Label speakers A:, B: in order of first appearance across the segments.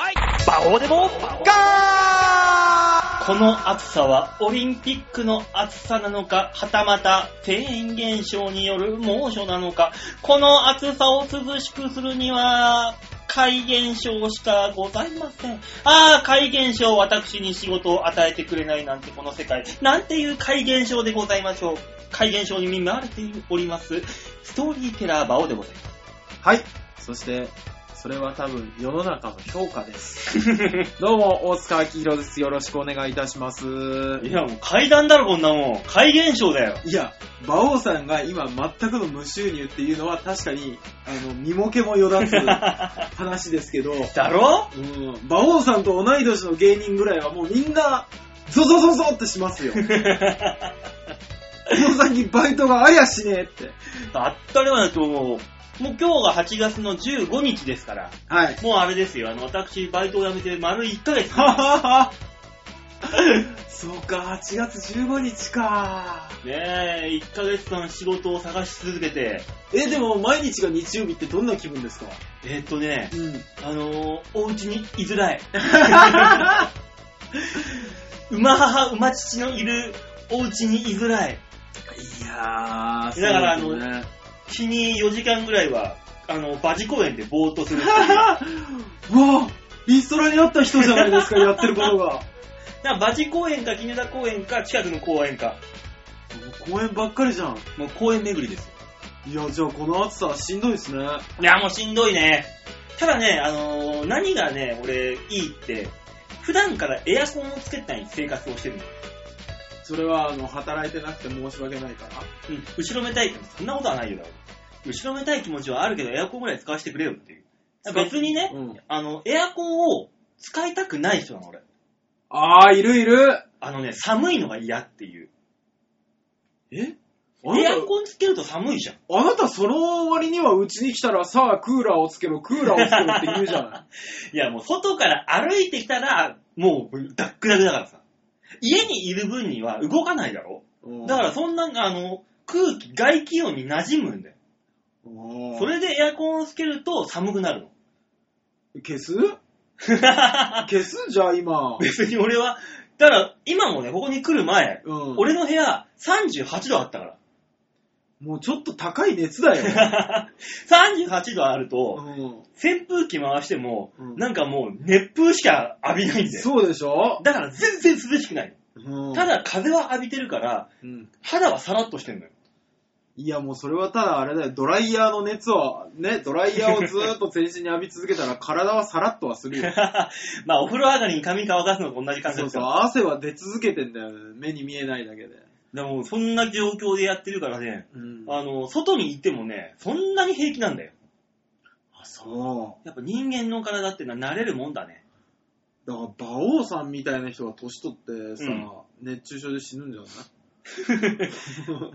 A: ここでもガー
B: この暑さはオリンピックの暑さなのか、はたまたフェーン現象による猛暑なのか、この暑さを涼しくするには、怪現象しかございません。ああ、怪現象、私に仕事を与えてくれないなんてこの世界。なんていう怪現象でございましょう。怪現象に見舞われております、ストーリーテラーバオでございます。
C: はい。そして、それは多分世の中の評価 です。どうも、大塚明宏です。よろしくお願いいたします。
B: いや、もう階段だろ、こんなもん。怪現象だよ。
C: いや、馬王さんが今全くの無収入っていうのは確かに、あの、身も毛もよだつ話です けど、
B: だろ
C: うん、馬王さんと同い年の芸人ぐらいはもうみんな、ゾゾゾゾってし ますよ。この先バイトがありゃしねえって。
B: あったり前だと思う。もう今日が8月の15日ですから、
C: はい。
B: もうあれですよ、あの、私、バイトを辞めて丸1ヶ月。
C: ははは。そうか、8月15日か。
B: ねえ、1ヶ月間仕事を探し続けて、
C: え、でも毎日が日曜日ってどんな気分ですか
B: えーっとね、
C: うん。
B: あのー、お家に居づらい。馬母、馬父のいるお家に居づらい。
C: いやー、
B: だからあの
C: そうですね
B: 日に4時間ぐらいは、あの、馬事公園でぼーっとするっていう。
C: うわリストラにあった人じゃないですか、 やってることが。
B: だから馬事公園か絹田公園か近くの公園か。
C: 公園ばっかりじゃん。
B: もう公園巡りですよ。
C: いや、じゃあこの暑さはしんどいですね。
B: いや、もうしんどいね。ただね、あのー何がね、俺、いいって、普段からエアコンをつけない生活をしてるの。
C: それは、あの、働いてなくて申し訳ないから。
B: うん、後ろめたいって、そんなことはないよだろ。後ろめたい気持ちはあるけど、エアコンぐらい使わせてくれよっていう。別にね、
C: うん
B: あの、エアコンを使いたくない人なの、俺。
C: あー、いるいる
B: あのね、寒いのが嫌っていう。
C: えあ
B: エ
C: な
B: アコンつけると寒いじゃん。
C: た、あなたその割にはうちに来たらさあクーラーをつけろ、クーラーをつけろって言うじゃない。
B: いや、もう外から歩いてきたら、もう、ダックダクだからさ。家にいる分には動かないだろ。
C: うん
B: だから、そんな、あの、空気、外気温に馴染むんだよ。
C: そ
B: それでエアコンをつけると寒くなるの。
C: 消す消すじゃあ今。
B: 別に俺は、だから今もね、ここに来る前、
C: うん、
B: 俺の部屋38度あったか
C: もうちょっと高い熱 だよ。
B: ら。38度ある
C: う
B: と、
C: ん
B: 扇風機回しても、
C: うん
B: なんかもう熱風しか浴びないんだよ。
C: そうでしょ、
B: だから全然涼しくない。
C: うん
B: ただ風は浴びてるから、
C: うん
B: 肌はさらっとしてんのよ。
C: いやもうそれはただあれだよ、ドライヤーの熱を、ね、ドライヤーをずーっと全身に浴び続けたら 体はさらっとは するよ。
B: まあお風呂上がりに髪乾かすのと同じ感じ
C: そ
B: で
C: う
B: す
C: そ
B: か
C: う、
B: ら。
C: 汗は出続けてんだよ、目に見えないだけで。
B: でもそんな状況でやってるからね、
C: うん
B: あの、外にいてもね、そんなに平気なんだよ。
C: あ、そ
B: やっぱ人間の体ってのは慣れるもんだ ね。
C: う。だから、馬王さんみたいな人が年取ってさ、
B: うん
C: 熱中症で死ぬんじゃない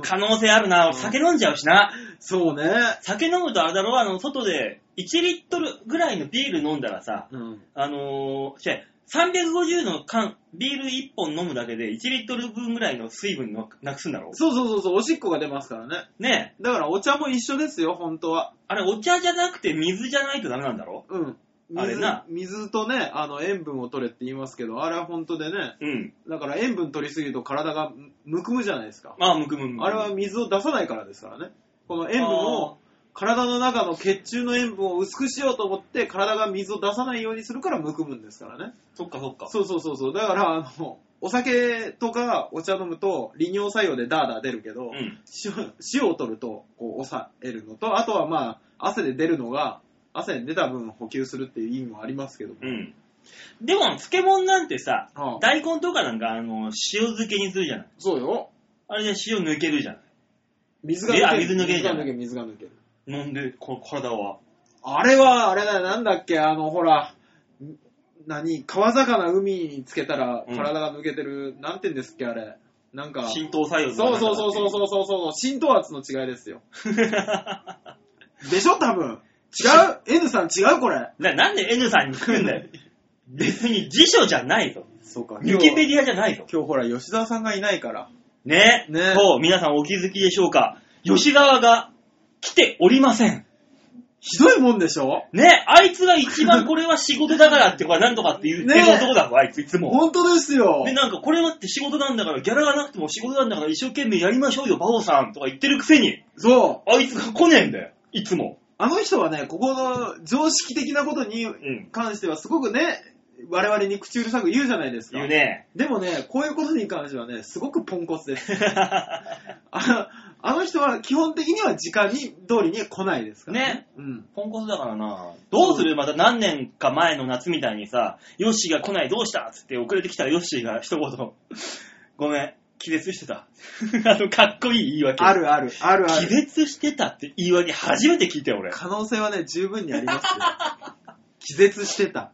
B: 可能性あるな。
C: うん
B: 俺酒飲んじゃうしな。
C: そうね。
B: 酒飲むとあれだろ、あの、外で1リットルぐらいのビール飲んだらさ、
C: うん。
B: あのー、違う350の缶、ビール1本飲むだけで1リットル分ぐらいの水分のなくすんだろ
C: そうそうそうそう、おしっこが出ますからね。
B: ねえ。
C: だから、お茶も一緒ですよ、本当は。
B: あれ、お茶じゃなくて水じゃないとダメなんだろ
C: うん。水
B: あれな
C: 水とね、あの、塩分を取れって言いますけど、あれは本当でね、
B: うん。
C: だから塩分取りすぎると体がむくむじゃないですか。
B: まあ、むくむむくむ。
C: あれは水を出さないからですからね。この塩分を、体の中の血中の塩分を薄くしようと思って、体が水を出さないようにするからむくむんですからね。
B: そっかそっか。
C: そうそうそうそう。だから、あの、お酒とかお茶飲むと利尿作用でダーダー出るけど、
B: うん。
C: 塩塩を取るとこう抑えるのと、あとはまあ、汗で出るのが、汗で出た分補給するっていう意味もありますけども。
B: うん。でも、漬物なんてさ、
C: ああ
B: 大根とかなんか、あの、塩漬けにするじゃない。
C: そうよ。
B: あれで塩抜けるじゃない。
C: 水が抜
B: いや
C: ける。
B: 水抜けるじゃん
C: 水が抜ける、水が抜ける。
B: 飲んで、こ体は。
C: あれは、あれだよ、なんだっけ、あの、ほら、ん何、川魚海につけたら
B: うん
C: 体が抜けてる、なんて言うんですっけ、あれ。なんか、そう
B: 浸透作用
C: そうそうそうそう
B: う。
C: そうそうそう、浸透圧の違いですよ。でしょ、多分。違う ?N さん違うこれ。
B: な、なんで N さんに聞くんだよ。別に辞書じゃないぞ。
C: そうか
B: ウ
C: 今
B: ィキペ
C: 日、
B: ディアじゃないぞ。
C: 今日ほら、吉田さんがいないから。
B: ね。
C: ね
B: そう、皆さんお気づきでしょうか。吉川が来ておりません。
C: ひどいもんでしょ
B: ね、あいつが一番これは仕事だからって、これなんとかって言ってる
C: ね
B: 男だもん、あいついつも。
C: 本当ですよ
B: で、。なんかこれだって仕事なんだから、ギャラがなくても仕事なんだから一生懸命やりましょうよ、バオさんとか言ってるくせに、
C: そう。
B: あいつが来ねえんだよ、いつも。
C: あの人はね、ここの常識的なことに
B: ん
C: 関してはすごくね、我々に口うるさく言うじゃないですか。
B: 言うね。
C: でもね、こういうことに関してはね、すごくポンコツ です。ああの人は基本的には時間に通りに来ないですから。
B: ね。
C: うん。
B: ポンコツだからな。どうするまた何年か前の夏みたいにさ、ヨッシーが来ないどうしたっつって遅れてきたらヨッシーが一言、 ごめん、気絶してた。 あの、かっこいい言い訳。
C: あ。るある、あるあ
B: 気
C: る。
B: 絶してたって言い訳初めて聞いたよ、俺。
C: 可能性はね、十分にあります よ。気絶してた。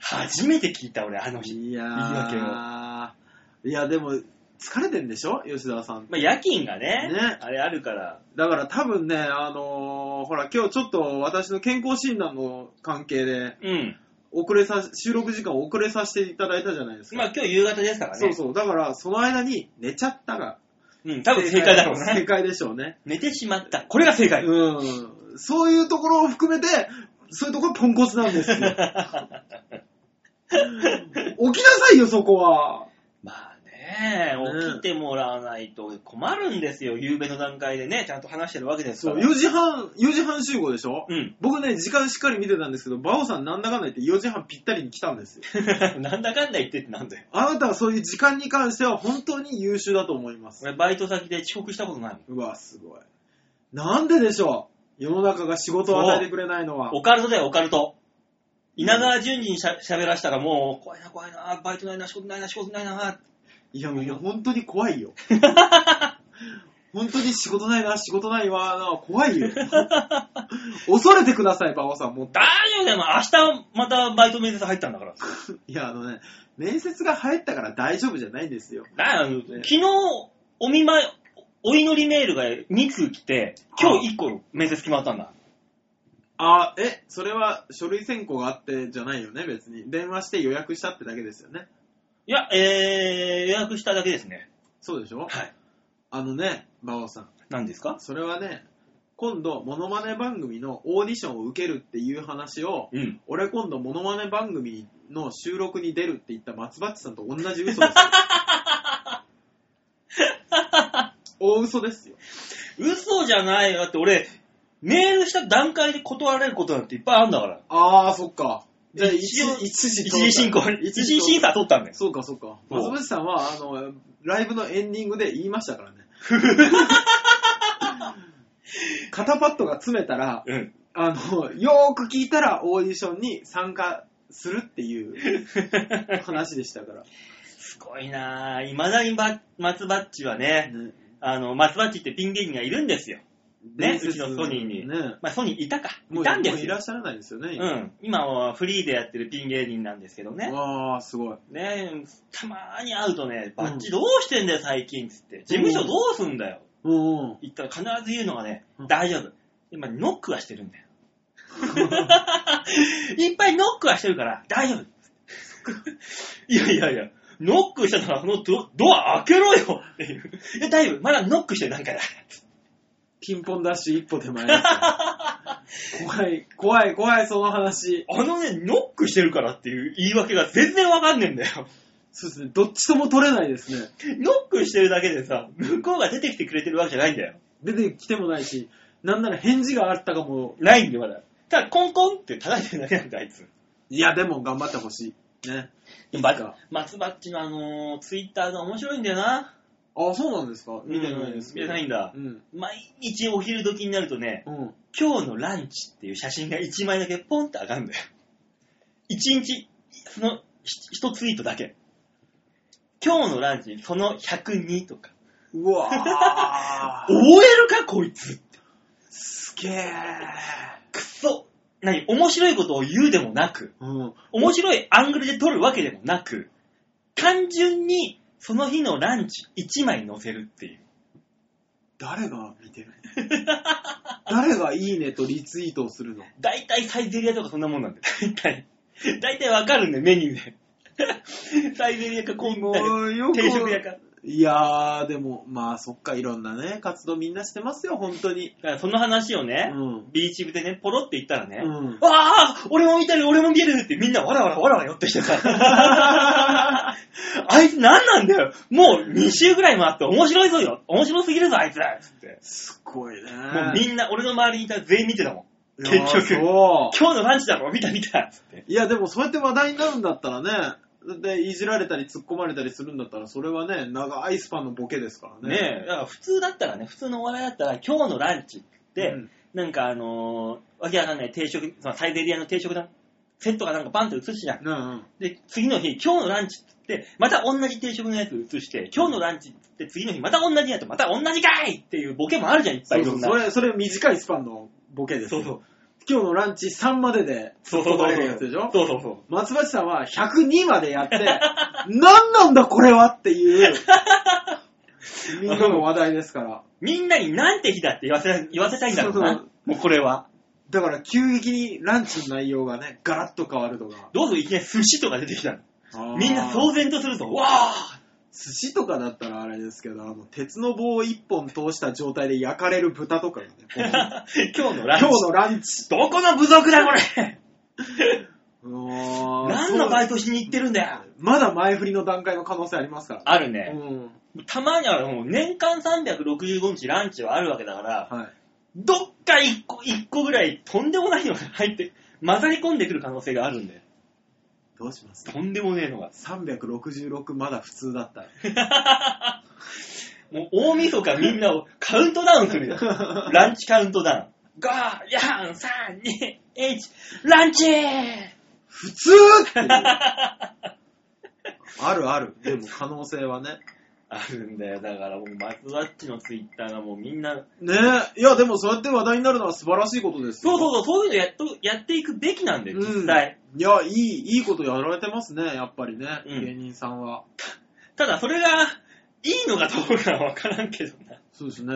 B: 初めて聞いた、俺、あの日。
C: いや
B: いい
C: ー。いや、でも、疲れてんでしょ吉田さん。
B: まあ、夜勤がね、
C: ね
B: あれあるから。
C: だから多分ね、あのーほら、今日ちょっと私の健康診断の関係で、
B: うん。
C: 遅れさ、収録時間を遅れさせていただいたじゃないですか。
B: まあ、今日夕方ですからね。
C: そうそう。だから、その間に寝ちゃったが。
B: うん、多分正解だろう
C: 正
B: ね。
C: 解でしょうね。
B: 寝てしまった。これが正解。
C: うん。そういうところを含めて、そういうところポンコツな んですよ。起きなさいよ、そこは。
B: まあね、
C: ね
B: 起きてもらわないと困るんですよ、夕べの段階でね、ちゃんと話してるわけです
C: そ
B: か
C: う、
B: ら。
C: 4時半、4時半集合でしょ、
B: うん。
C: 僕ね、時間しっかり見てたんですけど、バオさんなんだかんだ言って4時半ぴったりに来たんですよ。
B: なん だかんだ言ってってなんだよ。
C: あなたはそういう時間に関しては本当に優秀だと思います。
B: 俺、バイト先で遅刻したことないもん。
C: うわ、すごい。なんででしょう世の中が仕事を与えてくれないのは。
B: オカルトだよ、オカルト。稲川淳二にしゃ喋らしたらもう、怖いな、怖いな、バイトないな、仕事ないな、仕事ないな、
C: いや、もう本当に怖 いよ。本当に仕事ないな、仕事ないわ、な怖い よ。恐れてください、馬場さん。もう、
B: 大丈夫だよ、まあ明日またバイト面接入ったんだから。
C: いや、あのね、面接が入ったから大丈夫じゃないんですよ。
B: だよ、昨日、お見舞い、お祈りメールが2通来て、今日1個面接決まったんだ。
C: あ、え、それは書類選考があってじゃないよね、別に。電話して予約したってだけですよね。
B: いや、えー、予約しただけですね。
C: そうでしょ
B: はい。
C: あのね、馬場さん。
B: 何ですか
C: それはね、今度、モノマネ番組のオーディションを受けるっていう話を、
B: うん。
C: 俺今度モノマネ番組の収録に出るって言った松バッチさんと同じ嘘です よ。大嘘ですよ。
B: 嘘じゃないよ。だって俺、メールした段階で断られることなんていっぱいあるんだから。
C: あー、そっか。じゃあ一
B: 一応
C: 時、一時
B: 一時進行、一時審
C: 査。
B: 査取ったんだよ。
C: そうか、そうか。松バッチさんは、あの、ライブのエンディングで言いまし たからね。肩パッドが詰めたら、
B: うん。
C: あの、よーく聞いたらオーディションに参加するっ ていう話でしたから。
B: すごいなぁ。未だにば松バッチはね、
C: ね
B: あの、松バッチってピン芸人がいるんですよ。
C: 伝説
B: うちのソニーに
C: ね
B: まあ、ソニーいたか。
C: も
B: いうたんで
C: もう
B: す
C: いら
B: よ。
C: っしゃらないですよね。
B: う
C: 今
B: ん。今はフリーでやってるピン芸人なんですけどね。
C: わあ、すごい。
B: ねたまーに会うとね、バッチどうしてんだよ最近っつって。事務所どうすんだよ。
C: うんうん。
B: 言ったら必ず言うのがね、
C: うん
B: 大丈夫。今、ノックはしてるん だよ。いっぱいノックはしてるから、大丈夫。いやいやいや、ノックしたなら、このドドア開けろよっていう。いや、大丈夫。まだノックしてる段階だ。
C: ピンポンダッシュ一歩手 前ですよ怖い、怖い、怖い、その話。
B: あのね、ノックしてるからっていう言い訳が全然わかんねえんだよ。
C: そうですね、どっちとも取れないですね。
B: ノックしてるだけでさ、向こうが出てきてくれてるわけじゃないんだよ。
C: 出てきてもないし、なんなら返事があったかも。
B: ないんで、まだ。ただ、コンコンって叩いてるだけなんだ、あいつ。
C: いや、でも頑張ってほしい。ね。
B: でも
C: いつか
B: バ松バッチのあのーツイッターが面白いんだよな。
C: あ、そうなんですか見てないです、
B: うん見てないんだ
C: う。ん。
B: 毎日お昼時になるとね、
C: うん。
B: 今日のランチっていう写真が1枚だけポンって上がるんだよ。1日、その1ツイートだけ。今日のランチ、その102とか。
C: うわ ー。
B: 覚えるか、こいつ。
C: すげえ。
B: くそ。何面白いことを言うでもなく、
C: うん。
B: 面白いアングルで撮るわけでもなく、単純にその日のランチ1枚載せるっていう。
C: 誰が見てるの誰がいいねとリツイートをするの
B: 大体サイゼリアとかそんなもんなんで。大体。大体わかるんで、メニューで。サイゼリアかコンビニ
C: もうよく
B: 定食屋か。
C: いいやー、でも、まあ、そっか、いろんなね、活動みんなしてますよ、本当に。
B: だからその話を
C: う
B: ね、
C: ん。
B: ビーチ部でね、ポロって言ったらね、
C: うん。
B: わあ俺も見てる俺も見てるってみんなわらわらわらわら寄ってきてさ。 あいつ何なんだよもう2週ぐらい回って面白いぞよ面白すぎるぞあいつらつって。
C: すごいね。
B: もうみんな、俺の周りにいた全員見てたもん。
C: いやー
B: 結局
C: そう。
B: 今日のランチだろ見た見たつって。
C: いや、でもそうやって話題になるんだったらね、で、いじられたり突っ込まれたりするんだったら、それはね、長いスパンのボケですからね。
B: ねえ、だから普通だったらね、普通のお笑いだったら今日のランチって、
C: うん
B: なんかあのー、わけわかんない定食、まあ、サイゼリアの定食だ、セットがなんかバンと映すじゃん。
C: うんうん。
B: で、次の日、今日のランチって言って、また同じ定食のやつ移して、今日のランチって言って次の日、また同じやつ、また同じかいっていうボケもあるじゃん、いっぱ
C: そ
B: いういろ
C: そう、
B: んな。
C: それ、それ短いスパンのボケです
B: そ
C: よ。
B: うそう。
C: 今日のランチ3までで
B: そう
C: 突
B: そう
C: っ込
B: そ
C: ま
B: う
C: れるやつでしょ
B: そうそうそう。
C: 松橋さんは102までやって、 何なんだこれはっていう、みんなの話題ですから。
B: みんなになんて日だって言わせ言わせたいんだろうな
C: そうそう。
B: もうこれは。
C: だから急激にランチの内容がね、ガラッと変わるとか。
B: どうぞいきなり寿司とか出てきたの。みんな騒然とするぞ。わあ
C: 寿司とかだったらあれですけど、あの、鉄の棒一本通した状態で焼かれる豚とかがね、こう
B: 今日のランチ。
C: 今日のランチ。
B: どこの部族だ、こ れ何
C: 何
B: のバイ
C: ト
B: トしに行ってるんだよ。
C: まだ前振りの段階の可能性ありますから。
B: ある
C: う
B: ね。
C: ん。
B: たまにはもう年間365日ランチはあるわけだから、
C: はい。
B: どっか一個、一個ぐらいとんでもないのが入って、混ざり込んでくる可能性があるんで。
C: どうします
B: とんでもねえのが。
C: 366まだ普通だったら。
B: もう大晦日みんなをカウントダウンするよ。 ランチカウントダウン。ガー、ヤン、サン、ニ、エイチ、ランチ
C: 普通 っていうあるある。でも可能性はね。
B: あるんだよ。だからもう松ワッチのツイッターがもうみんな、
C: ねえ。いや、でもそうやって話題になるのは素晴らしいことです
B: そう
C: う
B: そうそう、そういうのやっと、やっていくべきなんだよ、
C: ん
B: 実際。
C: いや、いい、いいことやられてますね、やっぱりね、
B: うん
C: 芸人さんは。
B: ただそれが、いいのかどうかはわからんけどな。
C: そう ですね。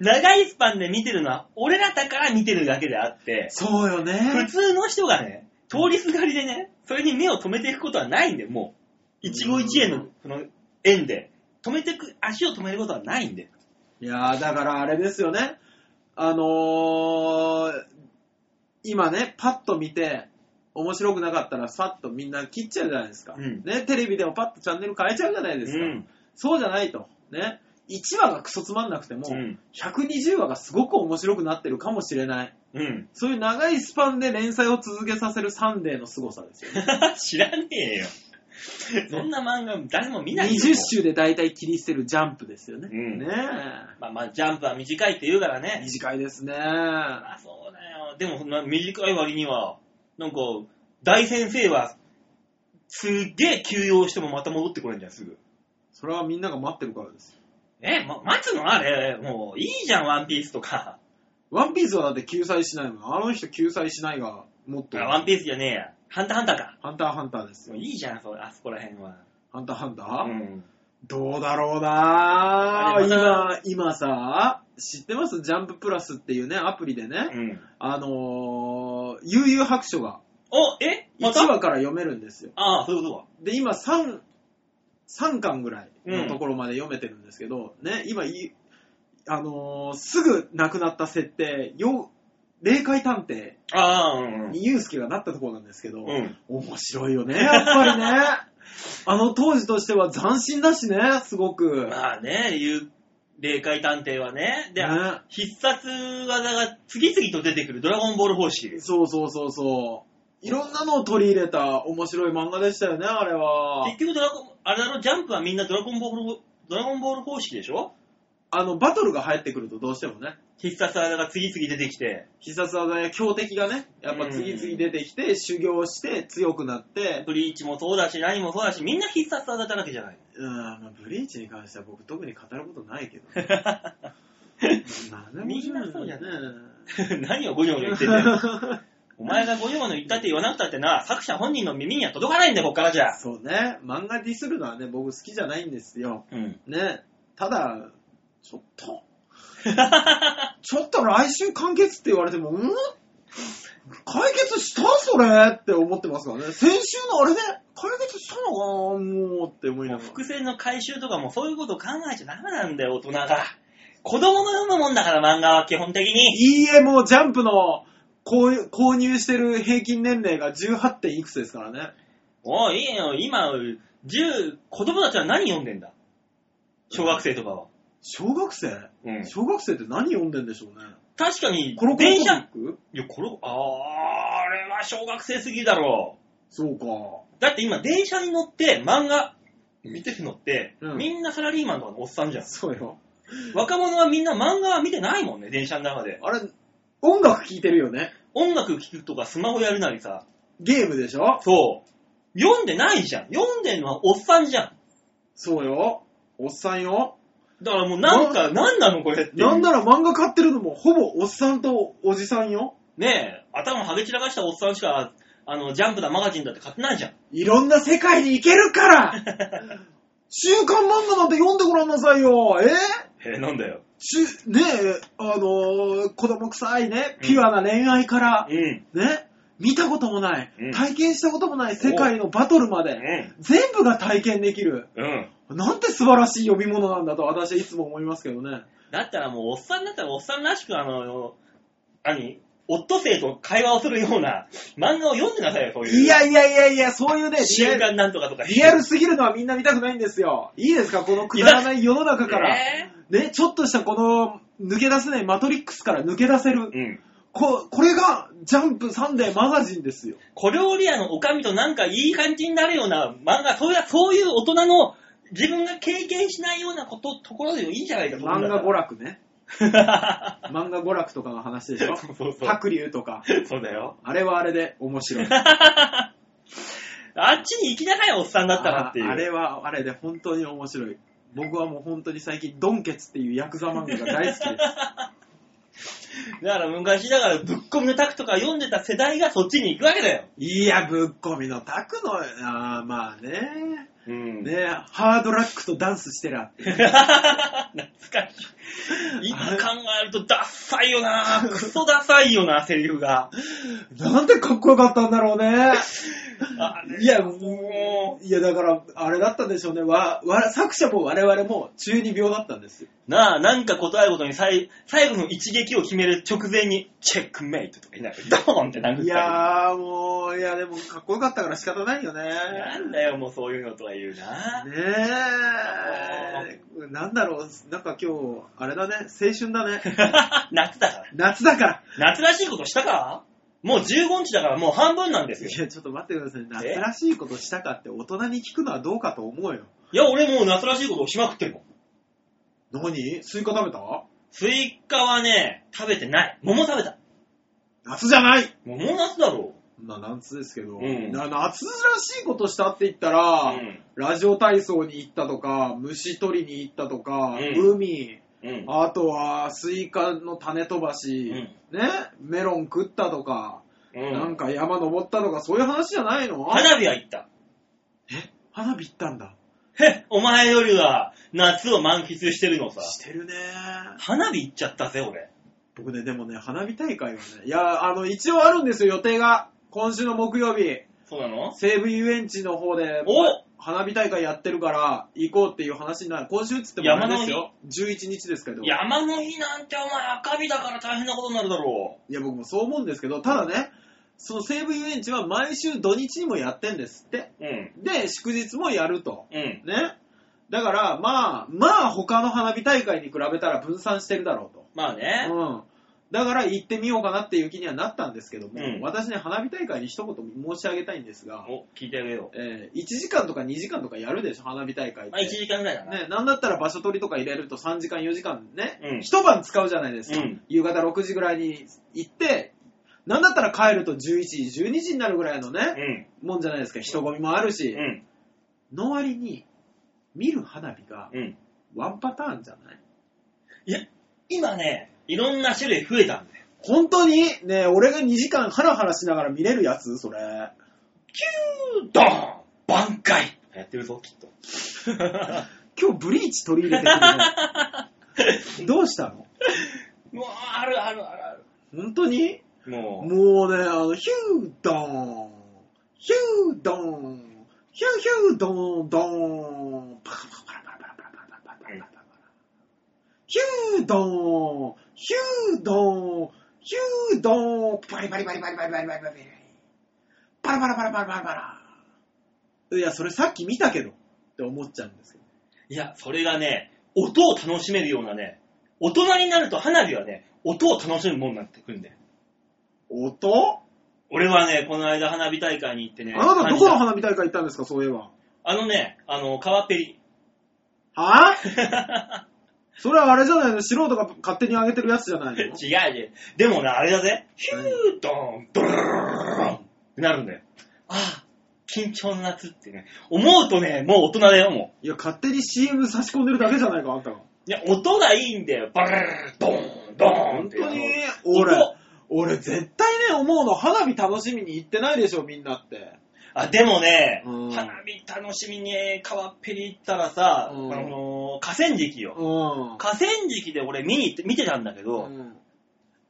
B: 長いスパンで見てるのは、俺らだから見てるだけであって、
C: そうよ
B: 普
C: ね。
B: 通の人がね、通りすがりでね、それに目を止めていくことはないんで、もう。一期一会の、この、縁で。止めてく、足を止めることはないんで。
C: いやー、だからあれですよね。あのー、今ね、パッと見て、面白くなかったら、さっとみんな切っちゃうじゃないですか。
B: うん
C: ね、テレビでもパッとチャンネル変えちゃうじゃないですか。
B: うん
C: そうじゃないと。ね。1話がクソつまんなくても、
B: うん
C: 120話がすごく面白くなってるかもしれない。
B: うん。
C: そういう長いスパンで連載を続けさせるサンデーの凄さですよね。
B: 知らねえよ。そんな漫画誰も見ないよ。
C: 20週で大体切り捨てるジャンプですよね。
B: うん
C: ねえ
B: まあまあ、ジャンプは短いって言うからね。
C: 短いですね。
B: まあそうだよ。でも、そんな短い割には、なんか、大先生は、すっげえ休養してもまた戻ってこないんじゃん、すぐ。
C: それはみんなが待ってるからですよ。
B: え、ま、待つのあれ、もういいじゃん、ワンピースとか。
C: ワンピースはだって救済しないもん。あの人救済しないが、もっと。
B: あワ
C: ハ
B: ンピースじゃねえや。ハンターハンターか。
C: ンターハンターですよ。
B: いいじゃん、そあそこら辺は。
C: ハンターハンタ
B: う
C: ー、
B: ん。
C: どうだろうな
B: あれ
C: ぁ
B: ま
C: 今、今さ、知ってますジャンププラスっていうね、アプリでね、
B: うん。
C: あのー、悠々白書が
B: お、え
C: 1
B: また
C: 話から読めるんですよ。
B: ああ、そういうことか。
C: で、今3、3巻ぐらいのところまで読めてるんですけど、ね、今い、あのー、すぐ亡くなった設定、よ霊界探偵
B: ああ、うん。
C: にユウスケがなったところなんですけど、
B: うん。
C: 面白いよね、やっぱりね。 あの当時としては斬新だしね、すごく。
B: まあね、いう、霊界探偵はね。で、
C: ね
B: 必殺技が次々と出てくるドラゴンボール方式です。
C: そうそうそうそう。いろんなのを取り入れた面白い漫画でしたよね、あれは。
B: 結局ドラゴン、あれだろ、ジャンプはみんなドラゴンボール、ドラゴンボール方式でしょ
C: あの、バトルが入ってくるとどうしてもね、
B: 必殺技が次々出てきて、
C: 必殺技や強敵がね、やっぱ次々出てきて、修行して強くなって、
B: ブリーチもそうだし、何もそうだし、みんな必殺技だらけじゃない。
C: うん、まあブリーチに関しては僕特に語ることないけど、 ね
B: みんなそうじゃ
C: ね
B: な。何をゴニョゴニョ言ってんだ よ。お前がゴニョゴニョ言ったって言わなくたってな、作者本人の耳には届かないんだよ、こっからじゃ。
C: そうね、漫画ディスるのはね、僕好きじゃないんですよ。
B: うん。
C: ね、ただ、ちょっと、 ちょっと来週完結って言われても、ん解決したそれって思ってますからね。先週のあれで解決したのかなもうって思いながら。
B: 伏線の回収とかもそういうこと考えちゃダメなんだよ、大人が。子供の読むもんだから、漫画は基本的に。
C: いいえ、もうジャンプの購購入してる平均年齢が 18. 点いくつですからね。
B: おい、いいよ、今、10、子供たちは何読んでんだ小学生とかは。
C: 小学生、
B: うん。
C: 小学生って何読んでんでしょうね。
B: 確かに
C: コロ、コロ
B: 電
C: コミ
B: 車、
C: ック
B: いや、これ、あーあれは小学生すぎるだろ
C: そうか。
B: う。だって今、電車に乗って漫画見てるのって、
C: うん
B: みんなサラリーマンとかのおっさんじゃん。
C: そうよ。
B: 若者はみんな漫画は見てないもんね、電車の中で。
C: あれ、音楽聴いてるよね。
B: 音楽聴くとかスマホやるなりさ、
C: ゲームでしょ
B: そう。読んでないじゃん。読んでんのはおっさんじゃん。
C: そうよ。おっさんよ。
B: だからもうなんか、なんなのこれっていう。
C: なんなら漫画買ってるのもほぼおっさんとおじさんよ。
B: ねえ、頭はげ散らかしたおっさんしか、あの、ジャンプだマガジンだって買ってない じゃん。
C: いろんな世界に行けるから 週刊漫画なんて読んでごらんなさいよ。えー
B: え、なんだよ。
C: ちゅねえ、あのー子供臭いね、ピュアな恋愛から、
B: うん。
C: ね、見たこともない、
B: うん
C: 体験したこともない世界のバトルま
B: う
C: で、
B: ん。
C: 全部が体験できる。
B: うん。
C: なんて素晴らしい呼び物なんだと私はいつも思いますけどね。
B: だったらもう、おっさんだったらおっさんらしく、あの、何オットセイと会話をするような漫画を読んでなさいよ、そういう。
C: い、やいやいやいや、そういうね、リア
B: 週
C: ル
B: 刊なんとかとか。
C: リアルすぎるのはみんな見たくないんですよ。いいですかこのくだらない世の中から。
B: え
C: ね、ちょっとしたこの、抜け出せないマトリックスから抜け出せ
B: ー。
C: る
B: うん。
C: こ、これが、ジャンプサンデーマガジンですよ。
B: 小料理屋のおかみとなんかいい感じになるような漫画、そういう、そういう大人の自分が経験しないようなこと、ところでいいんじゃないかと思うん
C: 漫
B: だ
C: 画娯
B: ら。
C: 楽ね。漫画娯楽とかの話でし ょ
B: そうそうそう。
C: 白龍とか。
B: そうだよ。
C: あれはあれで面 白い。
B: あっちに行きなさい、おっさんだったらっていう。
C: ああれはあれで本当に面白い。僕はもう本当に最近、ドンケツっていうヤクザ漫画が大 好きです。
B: だから昔だからぶっ込みのタクとか読んでた世代がそっちに行くわけだよ。
C: いや、ぶっこみのタクの、あーまあね。
B: うんね、
C: ねハードラックとダンスしてらって。
B: 懐かしい。今考えるとダッサいよなクソダサいよなセリフが。
C: なんでかっこよかったんだろう ね。
B: あれ
C: いや、
B: も
C: いや、だから、あれだったんでしょうね。わ、わ、作者も我々も中二病だったんですよ。
B: う、なあ、なんか答えごとに最最後の一撃を決める直前に、チェックメイトとか言いながら、ドーンって殴ったり
C: いやー、もう、いや、でも、かっこよかったから仕方ないよね。
B: なんだよ、もうそういうのとは言うな。
C: ねえ、なんだろう、なんか今日、あれだね、青春だね。
B: 夏だから。
C: 夏だから。
B: 夏らしいことしたかもう15日だからもう半分なんで
C: い
B: すよ。
C: や、ちょっと待ってください。夏
B: え
C: らしいことしたかって大人に聞くのはどうかと思うよ。
B: いや、俺もう夏らしいことをしまくってるもん。
C: 何スイカ食べた
B: スイカはね、食べてない。桃食べた。
C: 夏じゃない
B: 桃夏だろ
C: まあ、夏ですけど、
B: うん
C: な夏らしいことしたって言ったら、
B: うん
C: ラジオ体操に行ったとか、虫取りに行ったとか、
B: うん
C: 海、
B: う。うん。
C: あとはスイカの種飛ばし、ね、メロン食ったとか、
B: うん。
C: なんか山登ったとか、そういう話じゃないの
B: 花火は行った。
C: え花火行ったんだ。
B: へっ、 お前よりは夏を満喫してるのさ。
C: してるね。
B: 花火行っちゃったぜ、俺。
C: 僕ね、でもね、花火大会はね、いや、あの、一応あるんですよ、予定が。今週の木曜日、
B: そうなの
C: 西武遊園地の方で、
B: お
C: 花火大会やってるから、行こうっていう話になる。今週っつってもあれですよ。11日ですけど。
B: 山の日なんてお前赤日だから大変なことになるだろ
C: いや、僕もそう思うんですけど、ただね、その西武遊園地は毎週土日にもやってんですって。
B: う。うん。
C: で、祝日もやると。
B: うん。
C: ね。だから、まあ、まあ他の花火大会に比べたら分散してるだろうと。
B: まあね。
C: うん。だから行ってみようかなっていう気にはなったんですけども、
B: うん
C: 私ね、花火大会に一言申し上げたいんですが、
B: お、聞いてあげよ
C: えー1時間とか2時間とかやるでしょ、花火大会っ
B: う。
C: て。
B: まあ1時間ぐらいだな。
C: ね、なんだったら場所取りとか入れると3時間4時間ね、
B: うん
C: 一晩使うじゃないですか、
B: うん
C: 夕方6時ぐらいに行って、なんだったら帰ると11時、12時になるぐらいのね、もんじゃないですか、人混みもある
B: う
C: し
B: ん。、うん。
C: の割に見る花火が
B: うん。
C: ワンパターンじゃない
B: 今ね、いろんな種類増えたんだよ。
C: 本当にねえ俺が2時間ハラハラしながら見れるやつそれ。
B: ドーン挽回やってるぞ、きっ と。
C: 今日ブリーチ取り入れてくるね。どうしたの
B: もうあるあるあるある。
C: 本当に
B: もう、
C: もうね、あの、ヒュードン、ヒュードン、ヒュンヒュン、ドーン、ドーン、パカパカパラパラパラパラパラパラパラパラヒュー、ドーン、ヒュー、ドーン、ヒュー、ドーン、パリパリパリパリパリパリパリパリパラパラパラパラパラパラ。いや、それさっき見たけどって思っちゃうんですけど。
B: いや、それがね、音を楽しめるようなね、大人になると花火はね、音を楽しむもんになってくるんだよ。
C: 音
B: 俺はね、この間花火大会に行ってね、
C: あなたど
B: 感じ
C: この
B: た
C: 花火大会行ったんですか、そういえば。
B: あのね、あの、川っぺり。
C: はぁ
B: 違う
C: それはあれじゃないの素人が勝手に上げてるやつじゃないの
B: で。でもね、あれだぜ。ヒュードーン、ドゥルルルルルンってなるんだよ。ああ、緊張の夏ってね。思うとね、もう大人だよ、もう。
C: いや、勝手に CM 差し込んでるだけじゃないか、あんたが。
B: いや、音がいいんだよ。バルルルルドーン、ドーン
C: 本
B: っていう。
C: 当に
B: 音
C: 俺、俺絶対ね、思うの、花火楽しみに行ってないでしょ、みんなって。
B: あ、でもね、
C: うん
B: 花火楽しみに川っぺり行ったらさ、
C: うん
B: あのー河川敷よ。
C: うん。
B: 河川敷で俺見に行って、見てたんだけど、
C: うん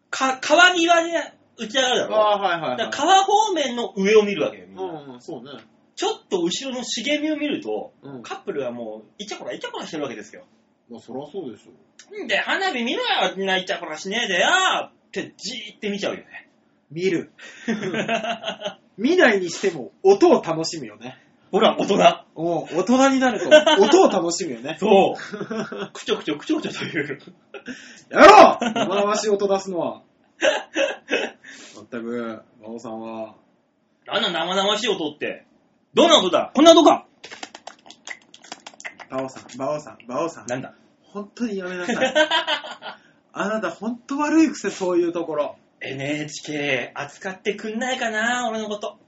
B: か川際で打ち上がるだろ。
C: ああー、はいはい、
B: だ
C: はい
B: から川方面の上を見るわけよ、みんな。
C: うんうん、そうね。
B: ちょっと後ろの茂みを見ると、
C: うん。
B: カップルはもう、イチャコライチャコラしてるわけですよ。
C: まあ、そりゃそうでしょ。
B: んで、花火見ろよ、みんなイチャコラしねえでよってじーって見ちゃうよね。
C: 見る。 見ないにしても、音を楽しむよね。
B: ほら、大人。
C: おう大人になると、 音を楽しむよね。
B: そう。 くちょくちょくちょくちょという。
C: やめろ生回し音出すのは。まったく、馬王さんは、
B: あんな生々しい音って。どんな音だこんな音か
C: 馬王さん、馬王さん、馬王さん。
B: なんだ
C: 本当にやめなさい。あなた本当悪い癖、そういうところ。
B: ?NHK 扱ってくんないかな俺のこと。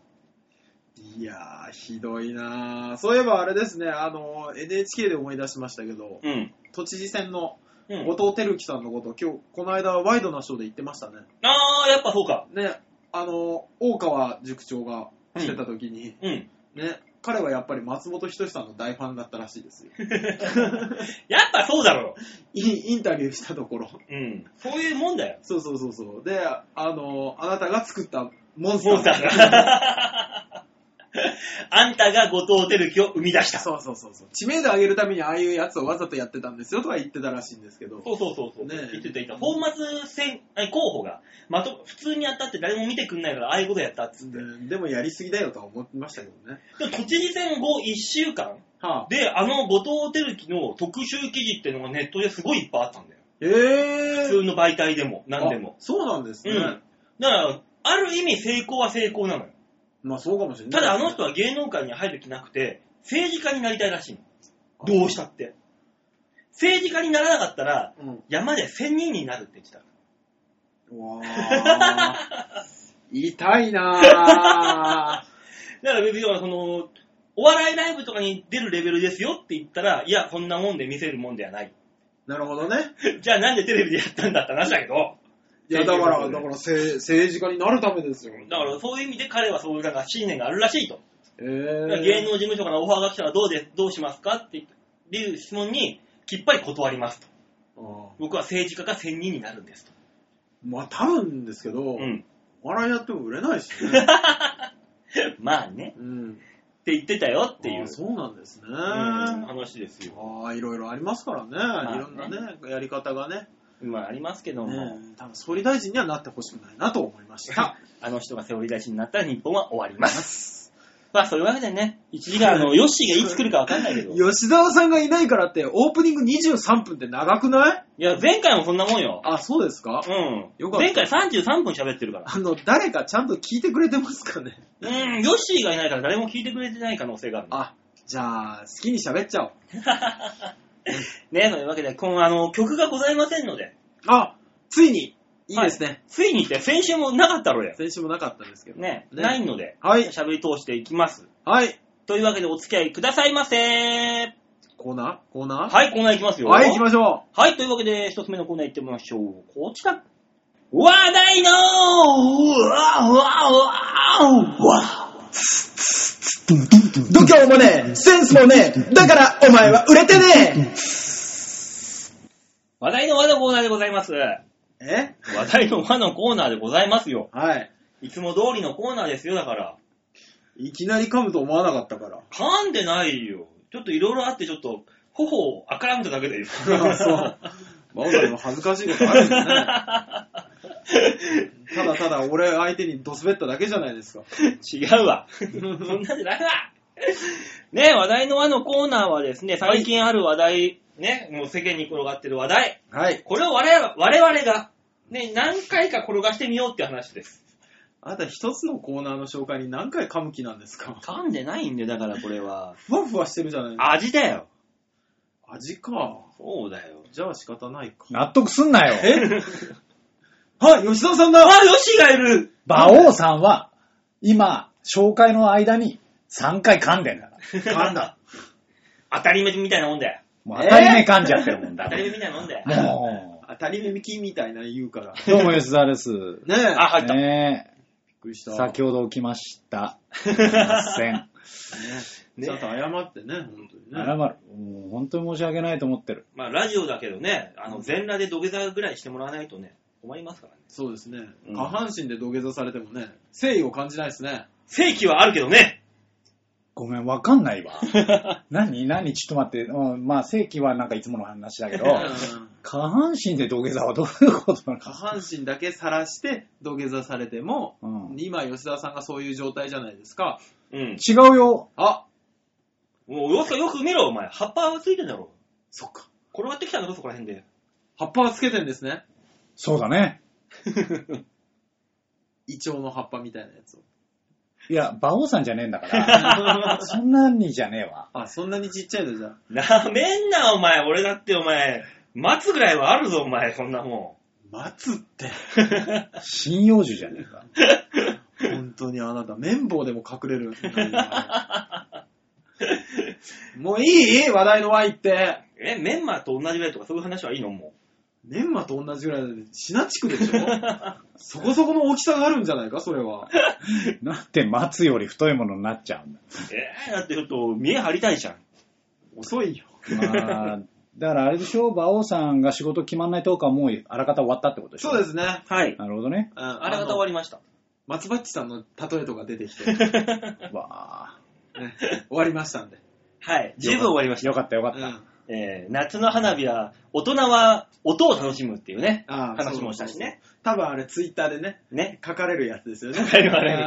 C: いやー、ひどいなー。そういえばあれですね、あの、NHK で思い出しましたけど、
B: うん。
C: 都知事選の
B: うん、
C: 後藤輝樹さんのこと、今日、この間、ワイドなショーで言ってましたね。
B: あー、やっぱそうか。
C: ね、あの、大川塾長がしてた時に、
B: うん。
C: ね、彼はやっぱり松本人志さんの大ファンだったらしいですよ。
B: やっぱそうだろ
C: インイ ンタビューしたところ。
B: う。うん。そういうもんだよ。
C: そうそうそうそう。で、あの、あなたが作ったモンスター。
B: モンスターが。 あんたが後藤輝樹を生み出した。
C: そうそうそうそう。知名度上げるためにああいうやつをわざとやってたんですよとは言ってたらしいんですけど。
B: そうそうそうそう、
C: ねえ
B: 言ってた言ってた。本末戦あ候補が、まと、普通にやったって誰も見てくんないから、ああいうことやったっつって。
C: ででもやりすぎだよとは思いましたけどね。
B: でも都知事選後1週間
C: はあ、
B: で、あの後藤輝樹の特集記事っていうのがネットですごいいっぱいあったんだよ。
C: え
B: 普
C: ー。
B: 通の媒体でも、何でも
C: あ。。そうなんですね。
B: うんだから、ある意味成功は成功なのよ。
C: まあそうかもしれな
B: た
C: い。
B: だあの人は芸能界に入る気なくて、政治家になりたいらしいの。どうしたって。政治家にならなかったら、
C: うん。
B: 山で1000人になるって言ってた。
C: うわー。痛いな ー。
B: だから別にその、お笑いライブとかに出るレベルですよって言ったら、いや、こんなもんで見せるもんではない。
C: なるほどね。
B: じゃあなんでテレビでやったんだって話だけど。
C: いや、だか
B: っ
C: ら、
B: ていうこと
C: だか
B: で
C: ら、せ政治家になるためですよ。
B: だからそういう意味で彼はそういうなんか信念があるらしいと。
C: え
B: だ
C: ー
B: から芸能事務所からオファーが来たらどうで、どうしますかっていう質問に、きっぱり断りますと。
C: ああ
B: 僕は政治家が1000人になるんですと。
C: まあ、多分ですけど、
B: うん。
C: お笑いやっても売れないし ね。
B: まあね。
C: うん。
B: って言ってたよってい
C: あ
B: う
C: あ。そうなんですね。
B: うん話ですよ。
C: ああ、いろいろありますからね。
B: あね
C: いろんなね、やり方がね。
B: まあありますけども、
C: ね多分総理大臣にはなってほしくないなと思いました。
B: あの人がセオリー大臣になったら日本は終わり ます。まあそういうわけでね、1時間あの、ヨッシーがいつ来るかわかんないけど。い
C: 吉沢さんがいないからって、オープニング23分って長くない
B: や、前回もそんなもんよ。
C: あ、そうですか
B: うん。
C: よかった
B: 前回33分喋ってるから。
C: あの、誰かちゃんと聞いてくれてますかね
B: うん、ヨッシーがいないから誰も聞いてくれてない可能性がある。
C: あ、じゃあ、好きに喋っちゃおう。
B: ねというわけで、このあの、曲がございませんので、
C: あ、ついに、いいですね。
B: ついにって先週もなかったろや。
C: 先週もなかったですけど。
B: ね、
C: ね
B: ないので、
C: はい、
B: 喋り通していきます。
C: はい。
B: というわけでお付き合いくださいませは
C: コーナーコーナー
B: い、コーナーいきますよ。
C: はい、行きましょ
B: はい、というわけで、一つ目のコーナー行ってみましょう。こちら。話題のうわうわうわうわ
C: う度胸もねえ、センスもねえ、だからお前は売れてね
B: 話題の和のコーナーでございます。話
C: ええ
B: 題の和のコーナーでございますよ。
C: はい。
B: いつも通りのコーナーですよ、だから。
C: いきなり噛むと思わなかったから。
B: 噛んでないよ。ちょっといろいろあって、ちょっと、頬をあからめただけで
C: そう。バオさんも恥ずかしいことあ るんですね。ただただ俺相手にドスベっただけじゃないですか。
B: 違うわ。 そんなんじゃないわ。ね話題の輪のコーナーはですね、最近ある話題、ね、もう世間に転がってる話題。
C: はい。
B: これを我々我々が、ね、何回か転がしてみようって話です。
C: あなた一つのコーナーの紹介に何回噛む気なんですか
B: 噛んでないんで、だからこれは。
C: ふわふわしてるじゃないですか。
B: 味だよ。
C: 味か。
B: そうだよ。
C: じゃあ仕方ないか。
A: 納得すんなよ。
C: えあ、吉沢さんだ
B: あ、ヨッシーがいる
A: 馬王さんは、今、紹介の間に3回噛んでんだから。
C: 噛んだ。
B: 当たり目みたいなもんだよ。
A: もう当たり目噛んじゃってるもんだ
B: 当た。り目みたいなもんだよ。
A: も
C: 当たり目きみたいな言うから。
A: う、どうも吉沢です。ね
C: ねえ。
B: あ、入った。
A: ねえ
C: びっくりした。
A: 先ほど起きました。すいませ ん。
C: ちゃんと謝ってね、本当に
A: 謝
C: ね。
A: る。もう本当に申し訳ないと思ってる。
B: まあ、ラジオだけどね、あの、全裸で土下座ぐらいしてもらわないとね、困りますからね。
C: そうですね。
B: うん
C: 下半身で土下座されてもね、誠意を感じないですね。
B: 正規はあるけどね。
A: ごめん、わかんな いわ。何何ちょっと待って。うん、まあ、正規はなんかいつもの話だけど、
C: うん
A: 下半身で土下座はどういうことなの
C: 下
A: か。
C: 半身だけ晒して土下座されても、
A: うん
C: 今吉沢さんがそういう状態じゃないですか。
B: うん。
A: 違うよ。
C: あ、
B: もう、よく、よく見ろ、お前。葉っぱがついてんだろ。
C: そっか。
B: 転がってきたんだろ、そこら辺 で。
C: 葉っぱはつけてんですね。
A: そうだね。
C: イチョウの葉っぱみたいなや つを。
A: いや、馬王さんじゃねえんだから。 そんなにじゃねえわ。
C: あ、そんなにちっちゃいのじゃあ。
B: なめんな、お前。俺だって、お前。待つぐらいはあるぞ、お前。そんなも
C: 松って、
A: 針葉樹じゃねえか。
C: 本当にあなた、綿棒でも隠れる。 もういい話題の Y って。
B: ん。え、メンマと同じぐらいとかそういう話はいいのも
C: メンマと同じぐらいで、シナ地区でし ょそこそこの大きさがあるんじゃないか、それは。
A: なんで松より太いものになっちゃうんだ。
B: う。 えー、だってちょっと、見え張りたいじゃん。
C: 遅いよ。
A: まあ、だからあれでしょ、馬王さんが仕事決まんないとかもうあらかた終わったってことでしょ。
C: そうですね。
B: はい。
A: なるほどね。
C: うん
B: あれが終わりました。
C: 松バッチさんの例えとか出てきて、ね、
A: わあ。
C: 終わりましたんで。
B: はい。十分終わりました。
A: よかったよか
C: う
A: った。
C: ん
B: えー夏の花火は、大人は音を楽しむっていうね、
C: あー
B: 話もしたしね。
C: 多分あれ、ツイッターでね、
B: ね。
C: 書かれるやつですよね。
B: 書かれる書かれる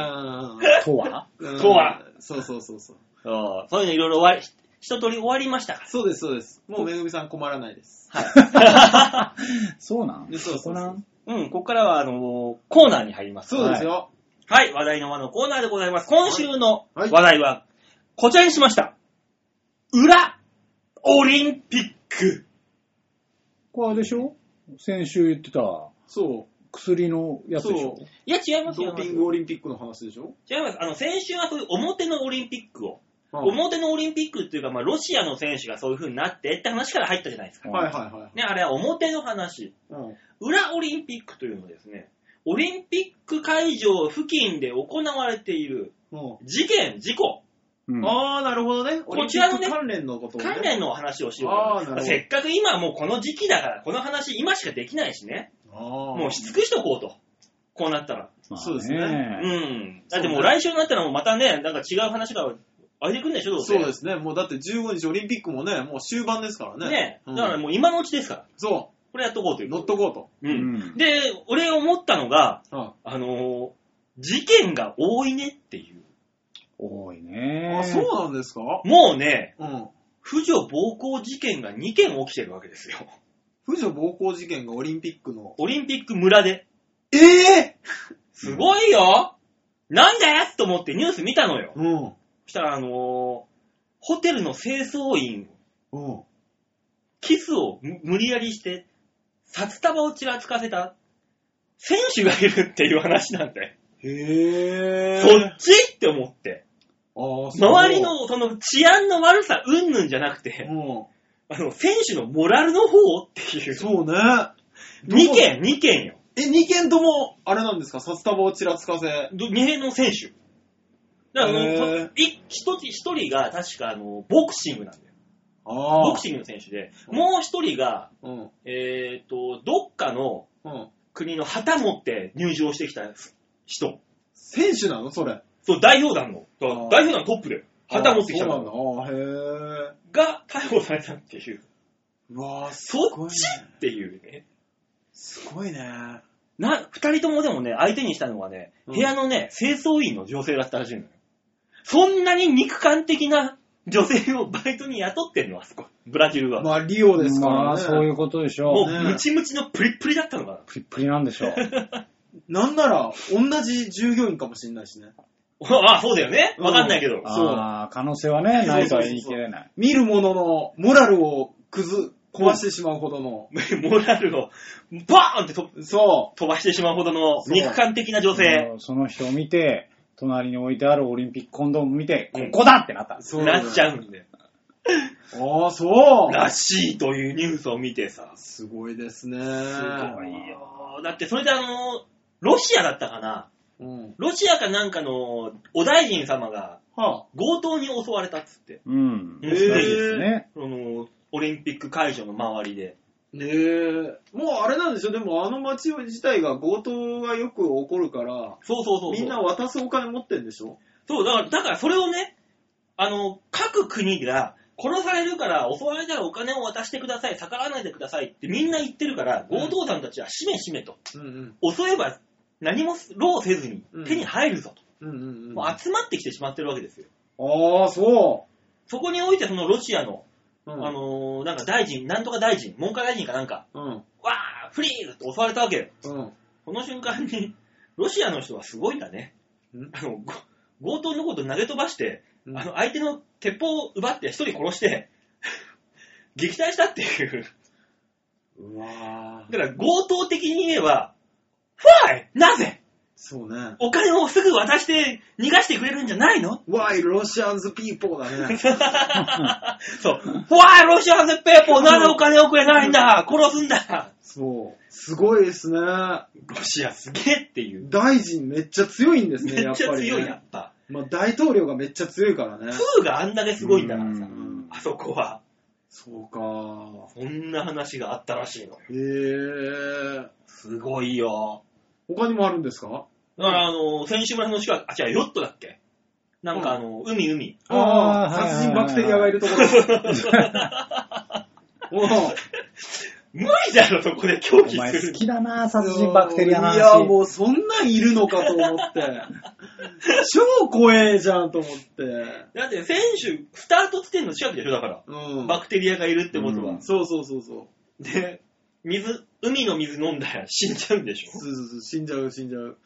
A: とは
C: る
B: とは。
C: そうそうそうそう。
B: そうそういうのいろいろ終わり、一通り終わりましたか
C: そうです、そうです。もうめぐみさん困らないです。
A: そうなん
C: でそうそうそう
A: こなん
B: ら。うん、ここからは、あのーコーナーに入ります。
C: そうですよ。
B: はい、話題の輪のコーナーでございます。今週の
C: は
B: 話
C: い
B: 題は、こちらにしました。裏、オリンピック。
A: これあれでしょ先週言ってた
C: そ
A: 薬の
C: う。
A: やつ
C: そう
A: でしょ。
B: いや、違い
C: ド
B: ますよ
C: ー。ピングオリンピックの話でしょ
B: 違います。あの、先週はそういう表のオリンピックを、
C: うん
B: 表のオリンピックっていうか、まあ、ロシアの選手がそういう風になってって話から入ったじゃないですか。
C: はいはいはい。
B: ね、あれは表の話。
C: うん
B: 裏オリンピックというのはですね、オリンピック会場付近で行われている
C: うん
B: 事件、事故、
A: うん
C: ああ、なるほどね。オリ
B: こ
C: ン
B: ち
C: ピ
B: らの
C: ッ
B: ね
C: ク関連のことをね
B: 関連のお話をしよう
C: あーなる
B: と思い
C: ほ
B: ま
C: ど
B: す。せっかく今はもうこの時期だから、この話今しかできないしね、
C: ああ
B: もうしつくしとこうと。こうなったら。
A: まあ
C: そうですね
B: うん。だってもう来週になったらもうまたね、なんか違う話が湧いてくるんでしょ、どうせ。
C: そうですね。もうだって15日オリンピックもね、もう終盤ですからね。
B: ね。
C: う
B: だ
C: ん
B: からもう今のうちですから、
C: そ。
B: これやっとこうというう。
C: 乗っとこうと。
A: う
B: うん。
A: ん。
B: で、俺思ったのが、
C: あ
B: あのー事件が多いねっていう。
A: 多いね。
C: あ、そうなんですか
B: もうね、
C: うん。
B: 婦女暴行事件が2件起きてるわけですよ。
C: 婦女暴行事件がオリンピックの。
B: オリンピック村で。
C: ええ
B: すごいよなんでと思ってニュース見たのよ。
C: うん。
B: そしたら、あのーホテルの清掃員、
C: うん。
B: キスをむ無理やりして、札束をちらつかせた選手がいるっていう話なんだよ。
C: へえ。
B: そっちって思って。
C: ああ、そう
B: 周り。のその治安の悪さ、うんぬんじゃなくて、
C: う
B: あの、選手のモラルの方ってい
C: ん。
B: う。
C: そうね。
B: 2件、2件よ。
C: え、2件とも、あれなんですか札束をちらつかせ。
B: 2件の選手。だからもう
C: へー
B: と、い一つ、一人が確かあの、ボクシングなんだよ。
C: あ
B: ボ
C: あ
B: ク。シングの選手で、もう一人が、
C: うん。
B: えっ、と、どっかの
C: うん。
B: 国の旗持って入場してきた人。
C: 選手なのそれ。
B: そう、代表団の、だから
C: あー
B: 代表団トップで、旗持ってきちゃっ
C: あ
B: た
C: そう
B: の
C: なんだ。あへえ。
B: が逮捕されたっていう。
C: うわぁ、す
B: そ
C: ご
B: っ
C: い
B: ち
C: ね。
B: っていうね。
C: すごいね。
B: な、二人ともでもね、相手にしたのはね、
C: うん
B: 部屋のね、清掃員の女性だったらしいのよ。そんなに肉感的な女性をバイトに雇ってんの、あそこ。ブラジルは。
C: まあ、リオですからね。。
A: まあ、そういううことでし
B: も
A: ょう。
B: う、ムチムチのプリップリだったのかな。
A: プリップリなんでしょう。
C: なんなら、同じ従業員かもしれないしね。
B: ああ、そうだよね。わかんないけど。
C: んそう
A: ああ、可能性はね、ないとは言い切れない。
C: 見る者のモラルを崩、壊してしまうほどの。
B: モラルを、バーンってと
C: そ
B: 飛ばしてしまうほどの
C: そう
B: 肉感的な女性。
A: もうその人を見て、隣に置いてあるオリンピックコンドーム見て、
B: うん
A: ここだってなったんです。
C: そう。
B: なっちゃうんで。
C: ああ、そう。
B: らしいというニュースを見てさ。す
C: すごいですね。
B: ごいよ。だってそれであの、ロシアだったかな
C: うん。
B: ロシアかなんかのお大臣様が
C: は
B: 強盗に襲われたっつって。
A: うん。
B: へ
A: そう
B: ー
A: ですね。
B: その、オリンピック会場の周りで。
C: あ。ねえ。もうあれなんでしょでもあの街自体が強盗がよく起こるから、
B: そうそうそうそう。
C: みんな渡すお金持ってんでしょ
B: そう、だから、だからそれをね、あの、各国が、殺されるから、襲われたらお金を渡してください、逆らわないでくださいってみんな言ってるから、強盗団たちはしめしめと、
C: うんうん。
B: 襲えば何も労せずに
C: うん
B: 手に入るぞと、
C: うんうんうん。
B: もう集まってきてしまってるわけですよ。
C: ああ、そ
B: そこにおいてそのロシアの、
C: う。う
B: あ
C: ん。
B: のーなんか大臣、なんとか大臣、文科大臣かなんか、
C: うん。
B: わー、フリーズって襲われたわけよ。
C: うん。
B: この瞬間に、ロシアの人はすごいんだね
C: ん。
B: あの、ご強盗のこと投げ飛ばして、
C: うん
B: あの、相手の鉄砲を奪って一人殺して、撃退したっていう。
C: うわ
B: だから強盗的に言えば、ファイなぜ
C: そうね。
B: お金をすぐ渡して逃がしてくれるんじゃないの
C: Why Russians people だね。
B: そう。ファイロシアのペーポーなぜお金をくれないんだ殺すんだ
C: そう。すごいですね。
B: ロシアすげえっていう。
C: 大臣めっちゃ強いんです
B: め
C: ね、や
B: っ
C: っ
B: ちゃ
C: ぱり、ね。
B: 強い、やっぱ。
C: まあ大統領がめっちゃ強いからね。
B: 風があんだけすごいんだから
A: う
B: さ
A: ん、
B: あそこは。
C: そうか。
B: こんな話があったらしいの。
C: へえ。
B: すごいよ。
C: 他にもあるんですか
B: だから、あの、選手村の近く、あ、違う、ヨットだっけなんか、あの、海、海。
A: あー
C: あー
A: はいはいはい
C: 殺人バクテリアがいるところ。 おー
B: 無理だろ、そこで狂気
A: お前
B: す
A: 好
B: る。
A: きだな、殺人バクテリアの
C: いや、
A: 話。
C: もうそんなんいるのかと思って。 超怖えじゃんと思って。
B: だって、選手、スタート地点の近くでしょ、だから。
C: うん。
B: バクテリアがいるってことは。
A: うん
C: そうそうそうそう。
B: で、水、海の水飲んだら死んじゃうんでしょ。
C: そうそうそう、死んじゃう、死んじゃう。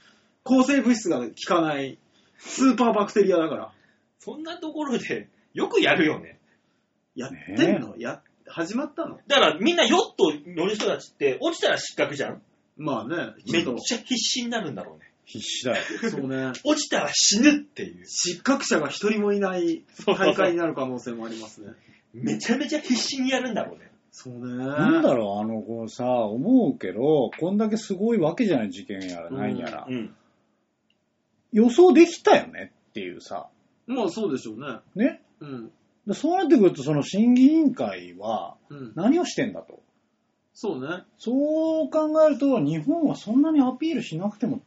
C: 抗生物質が効かない、スーパーバクテリアだから。
B: そんなところで、 よくやるよね。
C: やってんの、や、始まったの
B: だから、みんなヨット乗る人たちって、落ちたら失格じゃん。
C: まあね、
B: めっ
C: ちょっ
B: ちゃ必死になるんだろうね。
A: 必死だよ。
C: と、そうね、
B: 落ちたら死ぬっていう。
C: 失格者が一人もいない
B: そうそうそう
C: 大会になる可能性もありますね。
B: めちゃめちゃ必死にやるんだろうね。
C: そうね。
A: なんだろう、あの子さ、思うけど、こんだけすごいわけじゃない事件やらないやら。
B: うん。
A: 予想できたよねっていうさ、
C: まあそうでしょうね。
A: ね。
C: うん。
A: でそうなってくると、その審議委員会は
C: うん。
A: 何をしてんだと。
C: そうね。
A: そう考えると、日本はそんなにアピールしなくても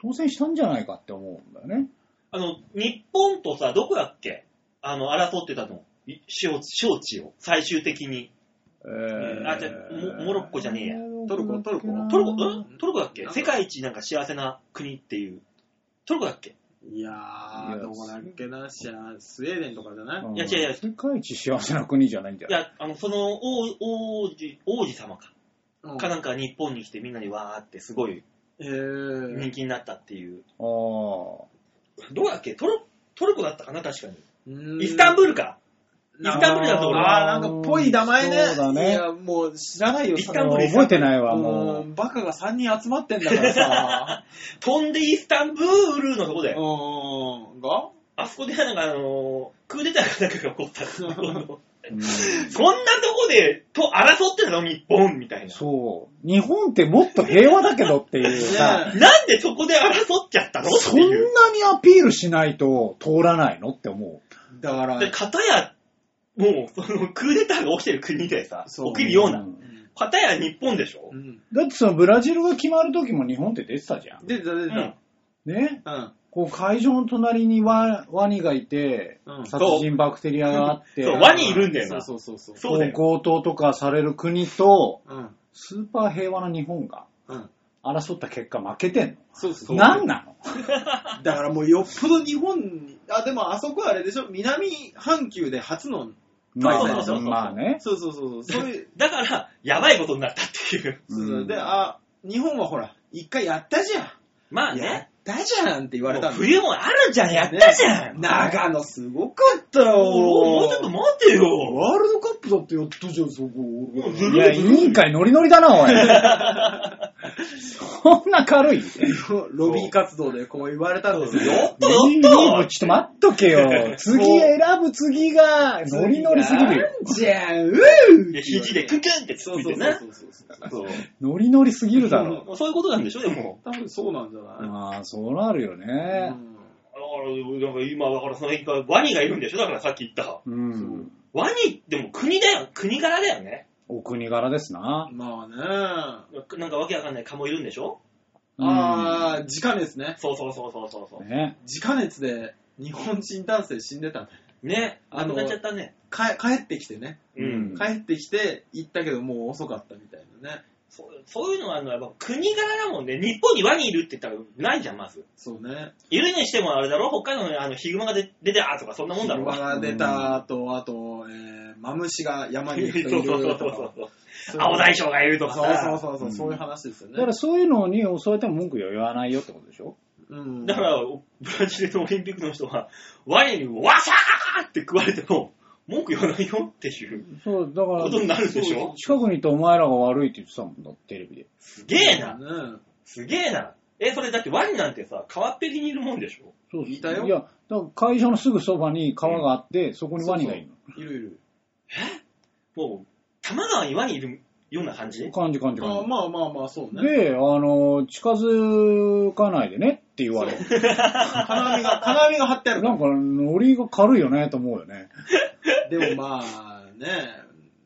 A: 当選したんじゃないかって思うんだよね。
B: あの、日本とさ、どこだっけあの、争ってたの。い招招致を、最終的に。
A: え
B: あじゃあモモロッコじゃねえや
C: トルコトルコ
B: トルコ、んトルコだっけ
C: なんか
B: 世界一なんか幸せな国っていう。トルコだっけ
C: いやー、どこだっけな、シャスウェーデンとかじゃない、
A: うん
B: いや違う違う
A: 世界一幸せな国じゃないんじゃ
B: い
A: ない
B: や、あの、その王、王子、王子様か。
C: うん、
B: かなんか日本に来てみんなにわーってすごい
C: え
B: 人
C: ー、
B: 気になったっていう。
A: あー
B: どこだっけトル、トルコだったかな確かに。
C: イ
B: イスタン
C: ー
B: ブールか。イスタンブールだと俺は
C: あーなんかぽい名前ね。
A: そうだね
C: いや、もう知らないよ、
B: イスタンブール
A: 覚えてないわ、も
C: も
A: う。
C: う、バカが3人集まってんだから さ。
B: 飛んでイスタンブールのとこ
C: う
B: で。
C: ーん。が
B: あそこでなんかあのークーデターかなんかが起こ ったんですよ。
A: うん
B: そんなとこで、と、争ってたの日本みたいな。
A: そう。日本ってもっと平和だけどっていうさ、
C: ね
B: なんでそこで争っちゃったのっ
A: そ
B: て
A: んな
B: いう。
A: にアピールしないと通らないのって思
C: だから
B: で、、片や、もう、その、クーデターが起きてる国でさ、
C: そう
B: 起き
A: う。
B: るような。
A: ん
B: 片や日本でしょ
C: うん。
A: だってそのブラジルが決まる時も日本って出てたじゃん。
C: 出てた出てた。
A: ね
C: うん。
A: こう会場の隣にワワニがいて、
B: うん
A: 殺人バクテリアがあって、
B: そうワニいるんだよな
A: そうそうそう
B: そうだよ
A: こう強盗とかされる国と、
B: うん。
A: スーパー平和な日本が
B: うん。
A: 争った結果負けてん
B: そうそうそ
A: の
B: う。
A: なんなの
C: だからもうよっぽど日本に、あ、でもあそこあれでしょ南半球で初の、
A: まあ
B: そうそうそうそう
A: ねまあね。
C: そうそうそうそう、そう いう、
B: だから、やばいことになったっていう。
C: そうそう
A: うん
C: で、あ、日本はほら、一回やったじゃん。
B: まあ
C: やっ
B: ね。
C: たじゃんって言われ
B: も
C: た
B: うん
C: だ
B: 冬もあるじゃん、やったじゃん。
C: 長野すごかったよ。
B: もうもうちょっと待てよ。
C: ワールドカップだってやったじゃん、そこ。
B: ず
A: いや、委員会ノリノリだな、おい。 そんな軽い。
C: ロビー活動でこう言われたんですよ。
B: やっ
A: い
B: と
A: い
B: やっ
A: ち
B: と
A: ょっと待っとけよ。次選ぶ次が、ノリノリすぎるよ。
C: なんじゃん、うー
B: いや肘でククンってつっ
C: そ
B: つ
C: う
B: い
C: そ
B: て
C: う
B: ね。
C: そうそうそう。
B: そう
A: ノリノリすぎるだろ。
B: そういうことなんでしょ、でも。
C: 多分そうなんじゃな
A: まあ、そうなるよ
C: い、
A: ね。
B: だから、だから今、だからその一回、ワニがいるんでしょだからさっき言った。
A: うん。
B: ワニ、でも国だよ。国柄だよね。
A: お国柄ですな。
C: まあね。
B: なんかわけわかんない蚊もいるんでしょ
C: ああ、自家熱ね。
B: そうそうそうそうそうそ
A: ね。
C: 自家熱で日本人男性死んでたね。
B: う。ね。
C: あ
B: あの、
C: の
B: なっちゃったね。
C: か帰ってきてね。
B: う
A: うん
B: ん。
C: 帰ってきて行ったけどもう遅かったみたいなね。
B: そうそういうのはあの、やっぱ国柄だもんね。日本にワニいるって言ったらないじゃん、まず。
C: そうね。
B: いるにしてもあれだろ北海道のあのヒグマが出出てあーとかそんなもんだろ
C: 車が出た後、あと、えー、マムシが山に行く
B: そうそ
C: という
B: そう
C: ると
B: そ
C: か。
B: う。青大将がいるとか
C: そう
B: さ。
C: そうそうそう、
A: うん
C: そういう話ですよ
A: だか
C: ね
A: ら。そういうのに襲われても文句言わないよってことでしょ
C: うん
B: だから、ブラジルのオリンピックの人は、ワニにワシャーって食われても、文句言わないよっていう
A: そう、だか
B: こと
A: ら、
B: になるでし
C: そう
B: ょ
A: 近くにいたお前らが悪いって言ってたもんだ、テレビで。
B: すげえな。
C: ね
B: すげえな。え、それだってワニなんてさ、川っぺりにいるもんでしょ
A: そう
C: いたよ
A: いや、だから会場のすぐそばに川があって、そこにワニがい
C: い
A: る
C: るいる。
B: もう、多摩川にワニいるような感じ
A: の。感じ感じ感
C: あ
A: じ。
C: まあまあまあ、そうね。
A: で、あの、近づかないでねって言われる。
C: 金 網が、金網が張ってあるか
A: なんか、ノリが軽いよねと思うよね。
C: ら。でもまあ、ね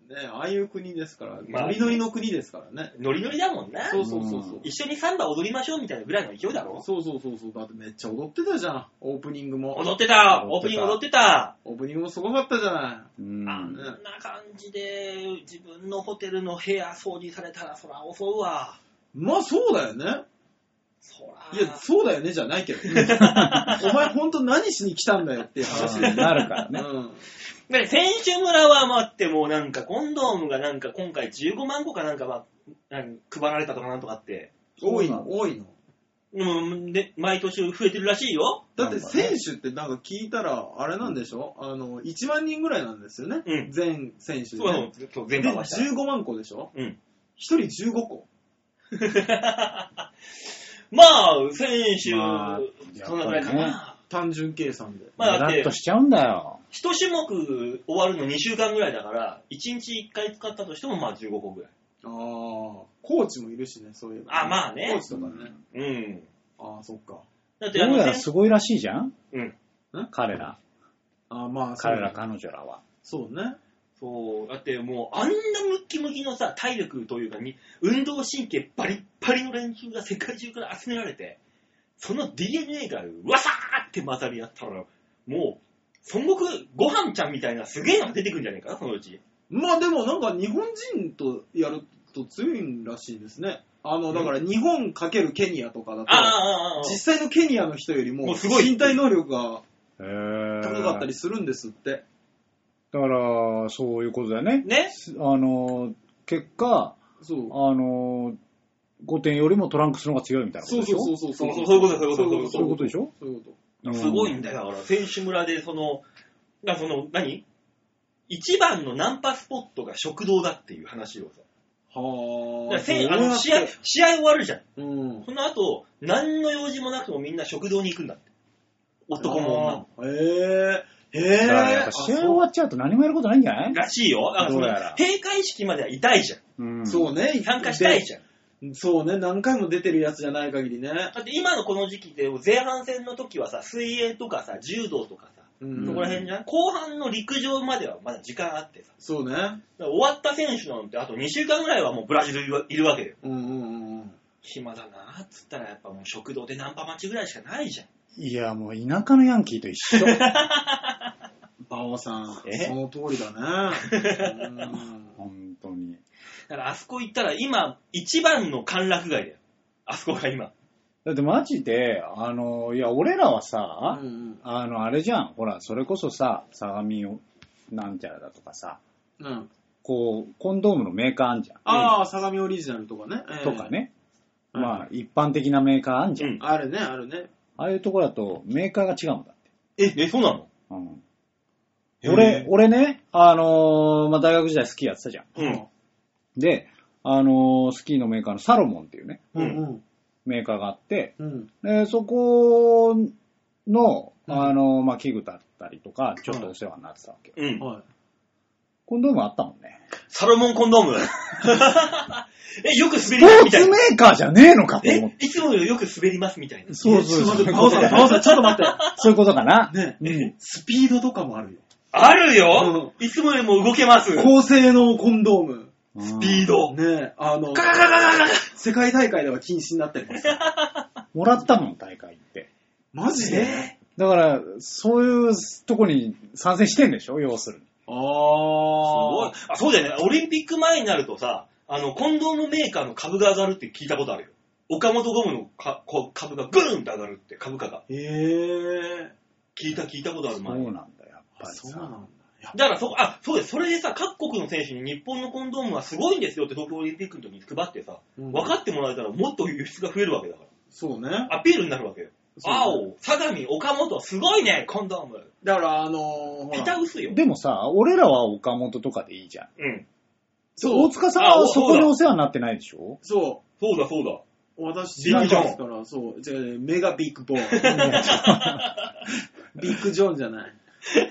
C: ねああいう国ですから、
B: まあ
C: ノリノリの国ですからね。
B: ノリノリだもんな。
C: そうそうそうそう。
B: 一緒にサンバ踊りましょうみたいなぐらいの勢いだろ
C: そうそうそうそう。だってめっちゃ踊ってたじゃん。オープニングも。
B: 踊ってた
A: 踊っ
B: オープ
A: てた
B: ニング踊ってた
C: オープニングもすごかったじゃな
A: う
B: あん
A: ん。
B: な感じで、自分のホテルの部屋掃除されたら、そら襲うわ。
C: い。まあそうだよね。
B: そ
C: い
B: ら。
C: や、そうだよねじゃないけど。お前ほんと何しに来たんだよっていう話
A: あ
C: だよ
A: ー
C: ね。
A: なるからね。
C: うん。
B: だって選手村は待って、もうなんかコンドームがなんか今回15万個かなんか、まあ、なん配られたとかなんとかって、
C: 多い
A: そうな
C: の、多いの。
B: うん、で毎年増えてるらしいよ。
C: だって選手ってなんか聞いたら、あれなんでしょあの、1万人ぐらいなんですよね。
B: うん
C: 全選手で。
B: そうそうそう、全部
C: で、
B: 合わせたら。
C: 15万個でしょ
B: うん。
C: ?1 人15個。
B: まあ、選手、
A: まあ
B: そんなぐらいか
A: やっ
B: な。
C: 単純計算で。
B: まあ
A: イ
B: だっ
A: ラッ
B: て
A: と、しちゃうんだよ。
B: 一種目終わるの2週間ぐらいだから、1日1回使ったとしてもまあ15個ぐらい。
C: ああ、コーチもいるしね、そういうの。
B: あ、まあ
C: コー
B: ね。
C: チとかね。
B: うん。
C: ああ、そっか。
B: だって
A: ど
B: あの
A: うやら
B: 選
A: すごいらしいじゃん
B: うん。
A: 彼ら、
C: ああ、まあ、そう
A: 彼
C: ね
A: ら彼女らは。
C: そうね。
B: そう、だってもう、あんなムッキムキのさ、体力というかに、運動神経バリッバリの連中が世界中から集められて、その DNA がわさーって混ざり合ったら、もう、孫悟空、ご飯ちゃんみたいなすげえのが出てくんじゃねえかな、そのうち。
C: まあでもなんか日本人とやると強いんらしいですね。あの、だから日本かけるケニアとかだと、
B: ああ、ああ、ああ。
C: 実際のケニアの人より
B: も
C: も
B: うすごい
C: 身体能力が
A: へ
C: 高
A: 高
C: かったりするんですって。
A: だから、そういうことだよね。
B: ね。
A: あの、結果、
C: そう。
A: あの、5点よりもトランクスの方が強いみたいなこ
C: そ
A: と
C: う
A: でし
C: そ
A: ょ
C: うそうそう。
B: そうそういうことそういうこと
A: そういうことでしょ
C: そういうこ
B: すごいんだよ、だから、選手村で、その、なその、何一番のナンパスポットが食堂だっていう話をさ。
C: と。は
B: だか
C: あ。
B: らせんあ
C: そう
B: の
C: やって
B: 試合、試合終わるじゃん。
C: うん。
B: その後、何の用事もなくてもみんな食堂に行くんだって。男も女も。
C: あー。へえ。へ
A: だ
C: え。
A: からやっぱ試合終わっちゃうと何もやることないんじゃない
B: らしいよ。だからその
A: どうやら
B: 閉会式まではいたいじゃん。
A: う
C: あ
A: ん
C: そうそうね。
B: 参加したいじゃん。
C: ゃん。そうね。何回も出てるやつじゃない限りね。
B: だって今のこの時期で、前半戦の時はさ、水泳とかさ、柔道とかさ、
C: う
B: そこら辺じゃん。後半の陸上まではまだ時間あってさ。
C: そうね。
B: だから終わった選手なんて、あと2週間ぐらいはもうブラジルいるわいるわけよ。
C: うんうんうんうん。
B: 暇だなっつったらやっぱもう食堂でナンパ待ちぐらいしかないじゃん。
A: いや、もう田舎のヤンキーと一緒。
C: バオさん、
B: え
C: その通りだね。うん
A: 本当に。
B: だからあそこ行ったら今、一番の歓楽街だよ。あそこが今。
A: だってマジで、あの、いや、俺らはさ、
C: うん
A: あの、あれじゃん。ほら、それこそさ、相模を、なんちゃらだとかさ、
C: うんうん
A: こう、コンドームのメーカーあんじゃん。
C: ああ、相模オリジナルとかね。ええ
A: とか。ね。
C: うん
A: まあ、一般的なメーカーあんじゃん。
B: うん
C: あるね、あるね。
A: ああいうとこだと、メーカーが違うんだって。
B: え、え、そうなの
A: うん。
B: へー
A: 俺、俺ね、あのーまあ、大学時代スキーやってたじゃん。
B: うん。
A: で、あのースキーのメーカーのサロモンっていうね、
B: う
C: うんん
A: メーカーがあって、
C: うん。うん。
A: でそこの、
C: うん
A: あのーまあ、器具だったりとか、ちょっとお世話になってたわけよ。
B: うん。
C: はい。
A: コンドームあったもんね。
B: サロモンコンドーム。え、よく滑
A: ス
B: り
A: ポ
B: ますみ
A: ー
B: たい
A: ツ
B: な。
A: メーカーじゃねえのかと思っ
B: え
A: て。、
B: いつもよりよく滑りますみたいな。
A: そうそう
C: えちょ
A: そ
C: っ
A: う。
C: と待って、バオさん、バオさん、ちょっと待っ
A: そういうことかな。
C: て。ね、
A: うん。
C: スピードとかもあるよ。
B: あるよ、いつもよりも動けます。ス
C: 高性能コンドーム。
A: ス
B: ピード。
C: ね、あの、
B: ガガガガガガ
C: 世界大会では禁止になったりもする。
A: もらったもん、大会って。
C: マジで
A: だから、そういうとこに参戦してんでしょ要するに。
C: あ
B: すごい
C: あ。。
B: あ、そうだよね。オリンピック前になるとさ、あの、コンドームメーカーの株が上がるって聞いたことあるよ。岡本ゴムのかこう株がグーンって上がるって株価が。
C: へえ。
B: 聞いた聞いたことある
A: そう
B: 前。
A: なんだ、やっぱり
C: そうな
A: さ。
C: んだ。
B: だからそこ、あ、そうです。それでさ、各国の選手に日本のコンドームはすごいんですよって東京オリンピックの時に配ってさ、
C: 分
B: 分かってもらえたらもっと輸出が増えるわけだか
C: そうね。
B: ら。アピールになるわけよ。
C: そう
B: 青、相模、岡本、すごいね、コンドーム。
C: だから、あのー、ほ
B: ピ
C: ら
B: タ薄いよ。
A: でもさ、俺らは岡本とかでいいじゃん。
B: うん。
C: そ
A: 大
C: う、
A: 塚さん
B: あお
A: はそこ
B: そう
A: に
B: だ
A: お世話になってないで しょ
C: そ
B: そうだそうだ。
C: う、私、
B: ビッグジョン
C: ですから、そう、じゃあメガビッグボーン。 ビッグジョンじゃない。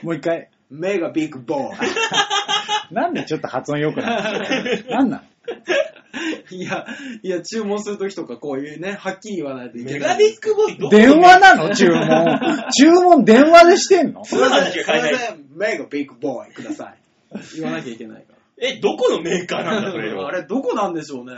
A: もう一回。
C: メガビッグボー
A: なんでちょっと発音良くないのなんなん
C: ン。いや、いや、注文するときとかこういうね、はっきり言わないといけ
B: メ
C: な
B: ガ
C: い。
B: ビッグボーイどこ
A: 電話なの注文。注文電話でしてんの
C: すいませ
B: そんなの
C: ん、すい
B: しか買えない
C: ません、メガビッグボーイください。言わなきゃいけないから。
B: え、どこのメーカーなんだ、それ
C: あ
B: は。
C: れ、どこなんでしょうね。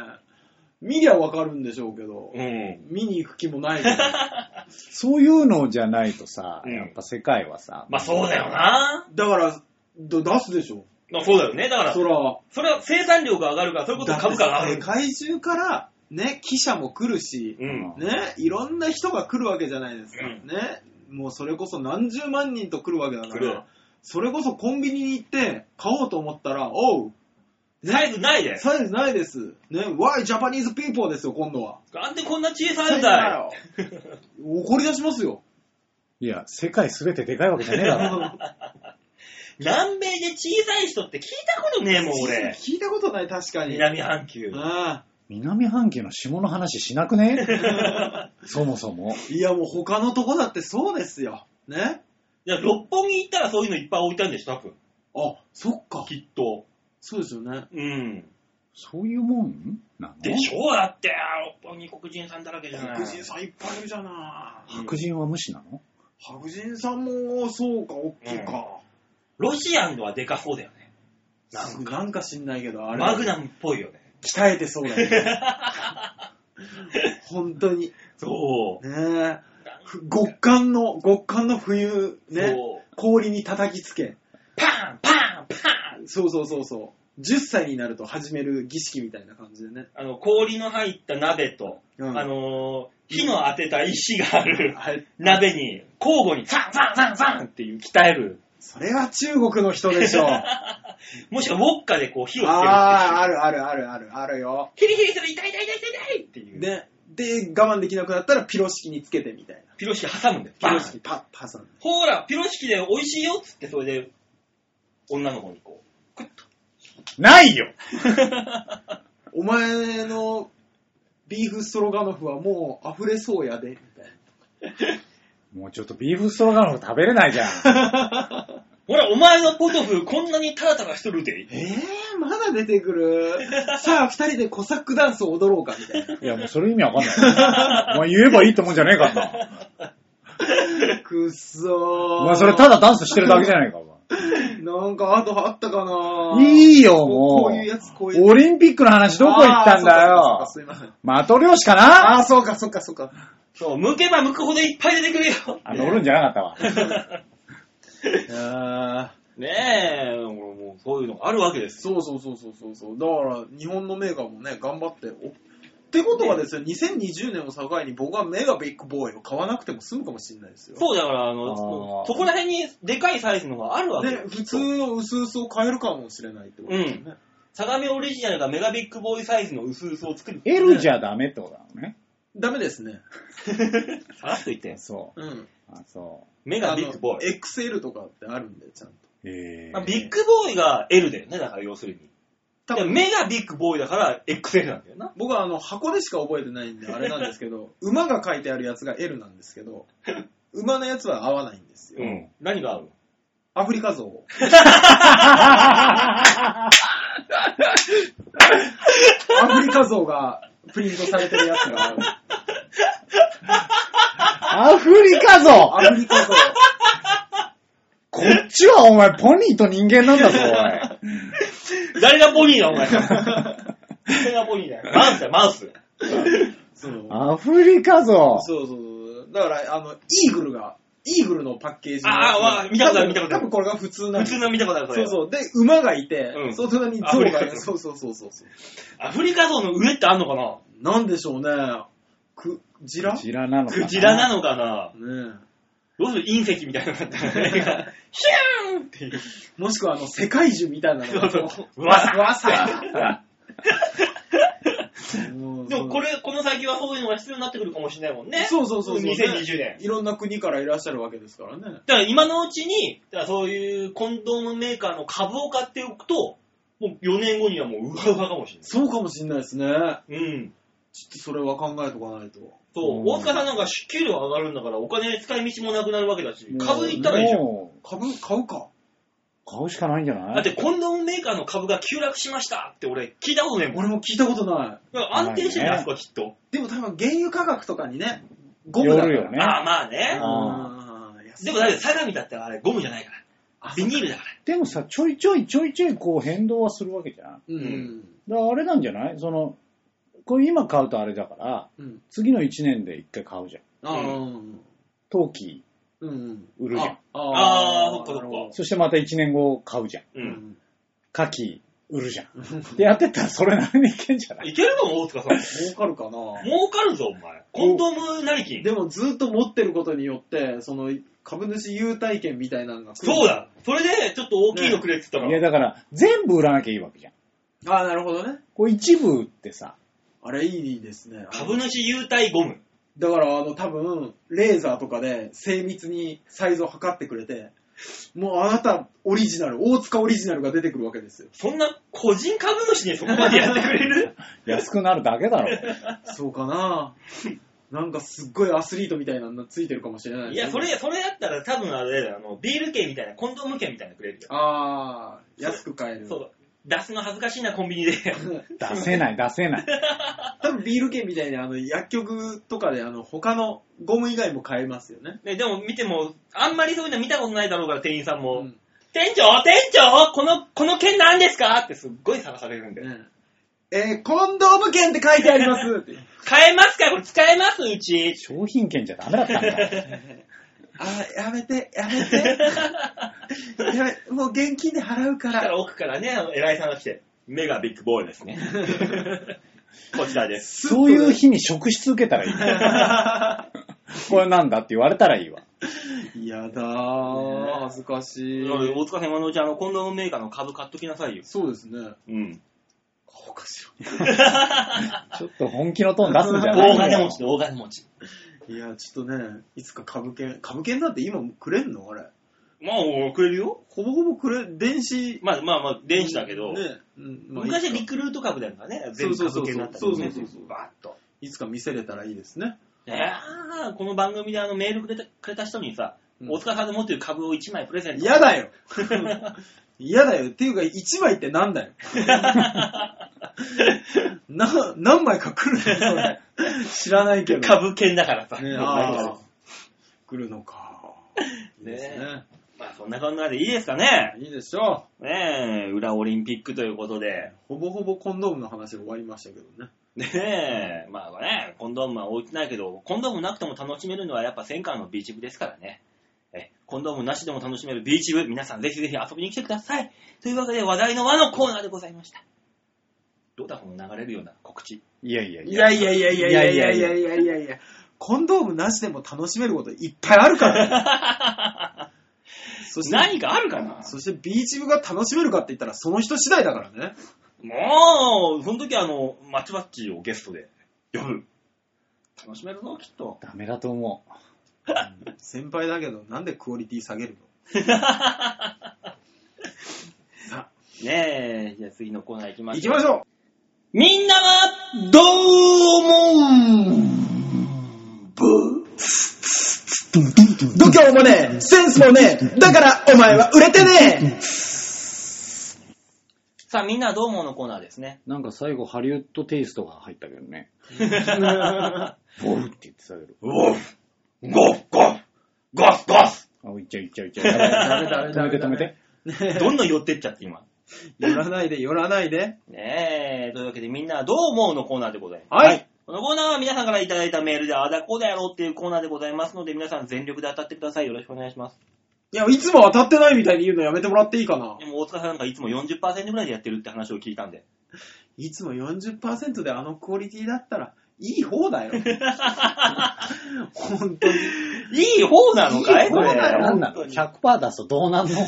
C: 見りゃわかるんでしょうけど、
B: うん。
C: 見に行く気もないから。
A: そういうのじゃないとさ、
B: うん
A: やっぱ世界はさ。
B: まあそうだよな。
C: だから、ど出すでしょ。
B: まあそうだよね。だから
C: そ、ら、
B: それは生産量が上がるから、それこそ株価が上が
C: 世
B: る。
C: 界中から、ね、記者も来るし、
B: うん。
C: ね、いろんな人が来るわけじゃないですか。
B: うん
C: ね、もうそれこそ何十万人と来るわけだか
B: 来る
C: ら、それこそコンビニに行って買おうと思ったら、おう、
B: サイズないで。
C: サイズないです。ね、Why Japanese people ですよ、今度は。
B: なんでこんな小さいんだよ。
C: 怒り出しますよ。
A: いや、世界すべてでかいわけじゃねえ だろ。
B: 南米で小さい人って聞いたことねえもん、俺。
C: 聞いたことない、確かに。
B: 南半球。
C: ああ
A: 南半球の下の話しな くねそもそも。
C: いや、もう他のとこだってそうですよ。ね。
B: いや、六本木行ったらそういうのいっぱい置いたんでしょ、多分。
C: あ、そっか。
B: きっと。
C: そうですよね。
B: うん。
A: そういうもんなの
B: でしょだって、六本木黒人さんだらけじゃない。
C: 黒人さんいっぱいいるじゃない。
A: 白人は無視なの
C: 白人さんも、そうか、大きいか。
B: ロシアンのはでかそうだよね。な
C: なん
B: ん
C: か、
B: か、
C: なんか知んないけど、あれ。
B: マグナムっぽいよね。
C: 鍛えてそうだよ ね。本当に。
B: そう。
C: ねえ。ふ極寒の、極寒の冬、ね。
B: そう
C: 氷に叩きつけ。
B: パンパンパン
C: そうそうそうそう。10歳になると始める儀式みたいな感じでね。
B: あの、氷の入った鍋と、
C: うん
B: あのー火の当てた石がある
C: あれ
B: 鍋に、交互にパンパンパンパンっていう鍛える。
C: それは中国の人 でしょう。
B: もしくはウォッカでこう火をつける
C: ああ、あるあるあるある、あるよ。
B: ヒリヒリする、痛い痛い痛い痛いっていう。
C: で、で、我慢できなくなったらピロシキにつけてみたい
B: ピロシキ挟むんだよ。
C: な。
B: バン
C: ピロシキパッ、挟んで。
B: ほら、ピロシキで美味しいよっつって、それで、女の子にこう、クッと。
A: ないよ
C: お前のビーフストロガノフはもう溢れそうやで、みたいな。
A: もうちょっとビーフストロガノフ食べれない じゃん。
B: ほら、お前のポトフ、こんなにタラタラしとるで。
C: えー、まだ出てく るさあ、二人でコサックダンスを踊ろうか、みたい
A: いや、もうそれ意味わかんない。お前言えばいいってもんじゃねえからな。
C: な。くっそー。
A: お前それただダンスしてるだけじゃないか、お前。
C: ねなんかあとあったかないい
A: いよ、
C: こ
A: も
C: ういうやつ、こういう
A: う。オリンピックの話どこ行ったんだ
C: あー
A: よ。
C: そうかそうかそうかすいません。
A: マトリョーシカな
C: ああ、そうか、そうか、そうか。
B: そう、向けば向くほどいっぱい出てくるよ。
A: あ、乗るんじゃなかったわ。
B: ねえ、俺もうそういうのがあるわけですよ。
C: そうそうそうそうそうそう。だから、日本のメーカーもね、頑張って。おってことはですよ、2020年を境に僕はメガビッグボーイを買わなくても済むかもしれないですよ。
B: そうだから、あの、
A: あー
B: そこら辺にでかいサイズのがあるわけ
C: ね
B: よ。、
C: 普通の薄々を変えるかもしれないってことですよね。
B: 相模オリジナルがメガビッグボーイサイズの薄々を作る。
A: L じゃダメってことだもんね。
C: ダメですね。
B: さらっと言って。
A: そ
C: うん。
A: う。あ、そ
B: メガビッグボーイ。
C: イ。XL とかってあるんで、ちゃんと。
A: う。え
B: まあビッグボーイが L だよね、だから要するに。
C: 多
B: で
C: 分
B: メガビッグボーイだから XL なんだよな。
C: 僕はあの箱でしか覚えてないんであれなんですけど 馬が書いてあるやつが L なんですけど 馬のやつは合わないんですよ、
A: うん。
B: 何が合う
C: アフリカ像アフリカ像がプリントされてるやつ が合う
A: アフリカ像
C: アフリカ像
A: こっちはお前ポニーと人間なんだぞ、お
B: 誰がポニーだ、お 前。誰がポニーだよ。マウスだよ、マウス。
C: そう
A: い。アフリカ像
C: そうそうそうだからあのイーグルがイーグルのパッケージのやつが
B: あーわ見たことある見たことあ
C: 多
B: る
C: 分これが普通な
B: 普
C: んです
B: 通の見たことある、そ
C: そ
B: れ
C: う。そうで馬がいて、
B: うん
C: その隣に
B: ア
C: 像
B: フリカ
C: がい
B: 像
C: るそうそうそうそうそう
B: アフリカ像の上ってあんのかな
C: なんでしょうねクジラ
A: クジラなのかな。
B: クジラなのかな
C: ねえ
B: どうする隕石みたいなのがあったらねヒューンっていう。
C: もしくはあの世界樹みたいなのが
B: そうそう
C: うわさわさ
B: でもこ
C: れ
B: れ、この先はそういうのが必要になってくるかもしれないもんね。
C: そうそうそうそう
B: 2020年。
C: いろんな国からいらっしゃるわけですからね
B: だから今のうちに、だからそういうコンドームメーカーの株を買っておくと、もう4年後にはもううわうわかもしれ
C: そうかもしんないですね
B: ない。うん。
C: ちょっとそれは考えとかないと
B: そうう、
A: ん
B: 大塚さんなんか給料上がるんだからお金使い道もなくなるわけだし、株いったらいいじゃん。
A: も
C: 株買うか
A: う買うしかないんじゃない
B: だってコンドームメーカーの株が急落しましたって俺聞いたことねえもん。
C: 俺も聞いたことな
B: だから安定してる
A: ない
B: や
A: ね
B: つはきっと。
C: いでも多分原油価格とかにねゴムだ
A: よ
C: から
A: るよね。
B: ああ、まあね。
C: あー安い
B: でもだって相模だってあれゴムじゃないから。
C: あ
B: ビ
C: そう
B: ニールだか
A: でもさ、ちょいちょいちょいちょいこう変動はするわけじゃん。だか
C: うん
A: らあれなんじゃないその、これ今買うとあれだから、
C: うん
A: 次の1年で1回買うじゃん。
C: あー
A: 陶器。
C: うんうん
A: 売るじゃん
B: あーそっかそっか
C: なるほど
A: そしてまた1年後買うじゃん。
B: ら。
C: う
B: うん。
C: ん
A: 牡蠣売るじゃん。で、やってったらそれなりにいけんじゃない
B: いけるかも、大塚 さん。
C: 儲かるかな
B: 儲かるぞ、お前。コンドームなりき。
C: でもずっと持ってることによって、その株主優待券みたいなのが来る
B: そう。だ。それで、ちょっと大きいのくれって言っ
A: い
B: た
A: や、
B: ら。
A: だから全部売らなきゃいいわけじゃん。
C: ああ、なるほどね。
A: こう一部売ってさ、
C: あれいいですね。
B: 株主優待ゴム。
C: だから、あの、多分、レーザーとかで精密にサイズを測ってくれて、もうあなたオリジナル、大塚オリジナルが出てくるわけですよ。
B: そんな個人株主にそこまでやってくれ る
A: 安くなるだけ だろ。
C: そうかななんかすっごいアスリートみたいなのついてるかもしれない、
B: いや、そ。れ、それやったら多分あれだよ、あの、ビール券みたいな、コンドーム券みたいなのくれるよ。
C: ああ、安く買える。
B: そう。出すの恥ずかしいな、コンビニで。
A: 出せない、出せない。
C: 多分ビール券みたいに、あの、薬局とかで、あの、他のゴム以外も買えますよね。
B: ね、でも見ても、あんまりそういうの見たことないだろうから、店員さんも。
C: うん
B: 店長店長この、この券何ですかってすっごい探されるんで。
C: ねえーコンドーム券って書いてありますって。
B: 買えますかこれ使えますうち。
A: 商品券じゃダメだったんだよ。
C: あ、やめて、やめて。やめもう現金で払うか。
B: だからら奥からね、あの偉いさんが来て、目がビッグボーイです ね。こちらです。
A: そういう日に職質受けたらいいわ。これなんだって言われたらいいわ。
C: やだー、恥ずかしい。
B: 大塚さん、今のうち、あの、コンドームメーカーの株買っときなさいよ。
C: そうですね。
B: うん。
C: おかし
A: ちょっと本気のトーン出すんじゃない
B: 大金持ちと大金持ち。
C: い。いや、ちょっとね、いつか株券、株券なんて今もうくれんのあれ。
B: まあ、くれるよ。
C: ほぼほぼくれ、電子。
B: まあまあまあ、電子だけど、
C: ね。うんまあ
B: 昔はいリ
C: つか
B: クルート株だからね、全部株券になったりね
C: そうそうそうそうそうそうそう
B: バーッと。
C: いつか見せれたらいいですね。
B: ねえこの番組であのメールくれたくれた人にさ、
C: うん
B: 大塚さんの持ってる株を1枚プレゼント。
C: 嫌だよ嫌だよっていうか、1枚ってなんだよな何枚か来るのそれ。知らないけ ど。
B: 株券だからさ。
C: ね
B: 僕
C: あ
B: は
C: ー来るのか。
B: ね
C: ですね。
B: まあそんな感じでいいですかね。
C: いいでしょ
B: ねえ、裏オリンピックということで。
C: う。ほぼほぼコンドームの話が終わりましたけどね。
B: ねえ、まあね、コンドームは置いてないけど、コンドームなくても楽しめるのはやっぱ戦艦のビーチ部ですからね。え、コンドームなしでも楽しめるビーチ部、皆さんぜひぜひ遊びに来てください。というわけで話題の輪のコーナーでございました。どうだ、この流れるような告知。
A: いやいやい
C: い
A: や。
C: やいやいやいやいやいやいやいやいやいや。コンドームなしでも楽しめることいっぱいあるから。 そして、
B: 何かあるかな
C: そしてビーチ部が楽しめるかって言ったらその人次第だからね。
B: もう、その時はあの、マッチバッチをゲストで呼ぶ。楽しめるぞ、きっ と。
A: ダメだと思う。
C: 先輩だけど、なんでクオリティ下げるのさ
B: ねえ、じゃあ次のコーナー行き
C: あ、
B: ましょ
C: 行
B: う。
C: きましょ
B: みんなは、どう思う
C: う度胸もねえセンスもねえだからお前は売れてね
B: さあ、みんなはどう思うのコーナーですね。
A: なんか最後、ハリウッドテイストが入ったけどね。ボウって言ってたけど。
B: おうゴッゴッゴッゴッ
A: あ、いっちゃういっちゃういっちゃう。やばい止めて止めて。
C: え
B: どんどん寄ってっちゃって今。
C: 寄らないで寄らないで。
B: ねえ、というわけでみんなはどう思うのコーナーでございます。
C: はい。
B: このコーナーは皆さんからいただいたメールでああだこうだやろうっていうコーナーでございますので、皆さん全力で当たってください。よろしくお願いします。
C: いや、いつも当たってないみたいに言うのやめてもらっていいかな
B: でも大塚さんなんかいつも40%ぐらいでやってるって話を聞いたんで。
C: いつも40%であのクオリティだったら、いい方だよ。本当に。
B: いい方なのかい
C: いい方だよ
A: なんなの ?100% 出すとどうなんのもう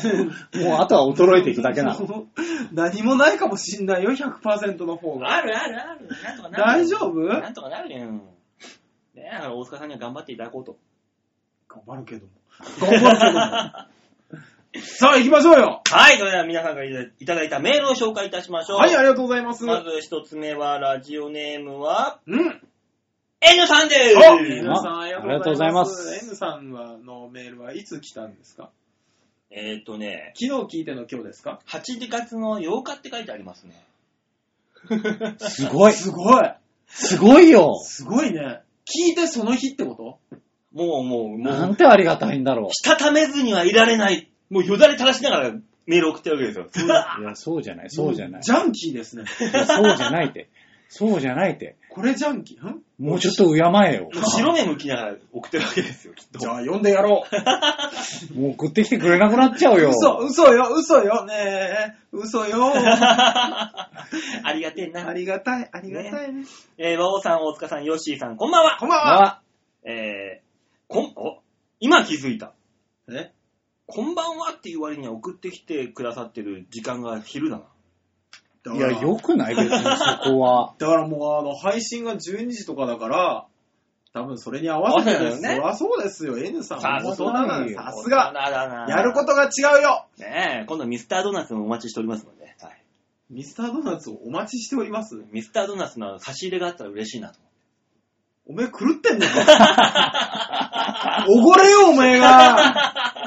A: あとは衰えていくだけなの。
C: もう何もないかもしんないよ、100%の方が。
B: あるあるある。なんとかなる。
C: 大丈夫
B: なんとかなるよ。ねえ、だから大塚さんには頑張っていただこうと。
C: 頑張るけども。頑張 るけども。さあ、行きましょうよ。
B: はい、それでは皆さんからいただいたメールを紹介いたしましょう。
C: はい、ありがとうございます。
B: まず一つ目は、ラジオネームは、
C: うん。
B: N さんで
C: あ
B: す
C: N さん、ありがとうございます。
A: あり
C: N さんはのメールはいつ来たんですか
B: えーっとね、
C: 昨日聞いての今日ですか
B: 8月の8日って書いてありますね。
A: すごい。
C: すごい。
A: すごいよ。
C: すごいね。聞いてその日ってこと
B: もうもう、も
A: な
B: う、
A: んてありがたいんだろ
B: したためずにはいられない。もうよだれ垂らしながらメール送ってるわけですよ。
A: う。いや、そうじゃない、そうじゃない。
C: ジャンキーですね。
A: いやそうじゃないって。そうじゃないって。
C: これジャンキーん
A: もうちょっと敬え よ。
B: もう白目向きながら送ってるわけですよ、きっと。
C: じゃあ呼んでやろう。
A: もう送ってきてくれなくなっちゃうよ。
C: 嘘、嘘よ、嘘よ、ねえ、嘘 よ。
B: ありがてえな
C: あ。りがたい、ありがたいね。
B: えー、馬王さん、大塚さん、ヨッシーさん、こんばんは。
C: こんばんは。
A: あ、
B: えー、こん、お、今気づいた。
C: え
B: こんばんはっていう割には送ってきてくださってる時間が昼だな。
C: だ
A: い
C: から
A: や、よくない別にそこは。
C: だからもう、あの、配信が12時とかだから、多分それに合わせて
B: 合わ
C: で
B: せ
C: す
B: てね
C: そらそうですよ、N さん。
B: さすが
C: 大人なの
A: いい
C: よ
A: よ
C: さすが。
B: 大人だな。
C: やることが違うよ。
B: と。ねえ、今度ミスタードーナツもお待ちしておりますので。はい。
C: ミスタードーナツをお待ちしております。
B: ミスタードーナツの差し入れがあったら嬉しいなと。
C: おめえ狂ってんのかおごれよ、おめえが。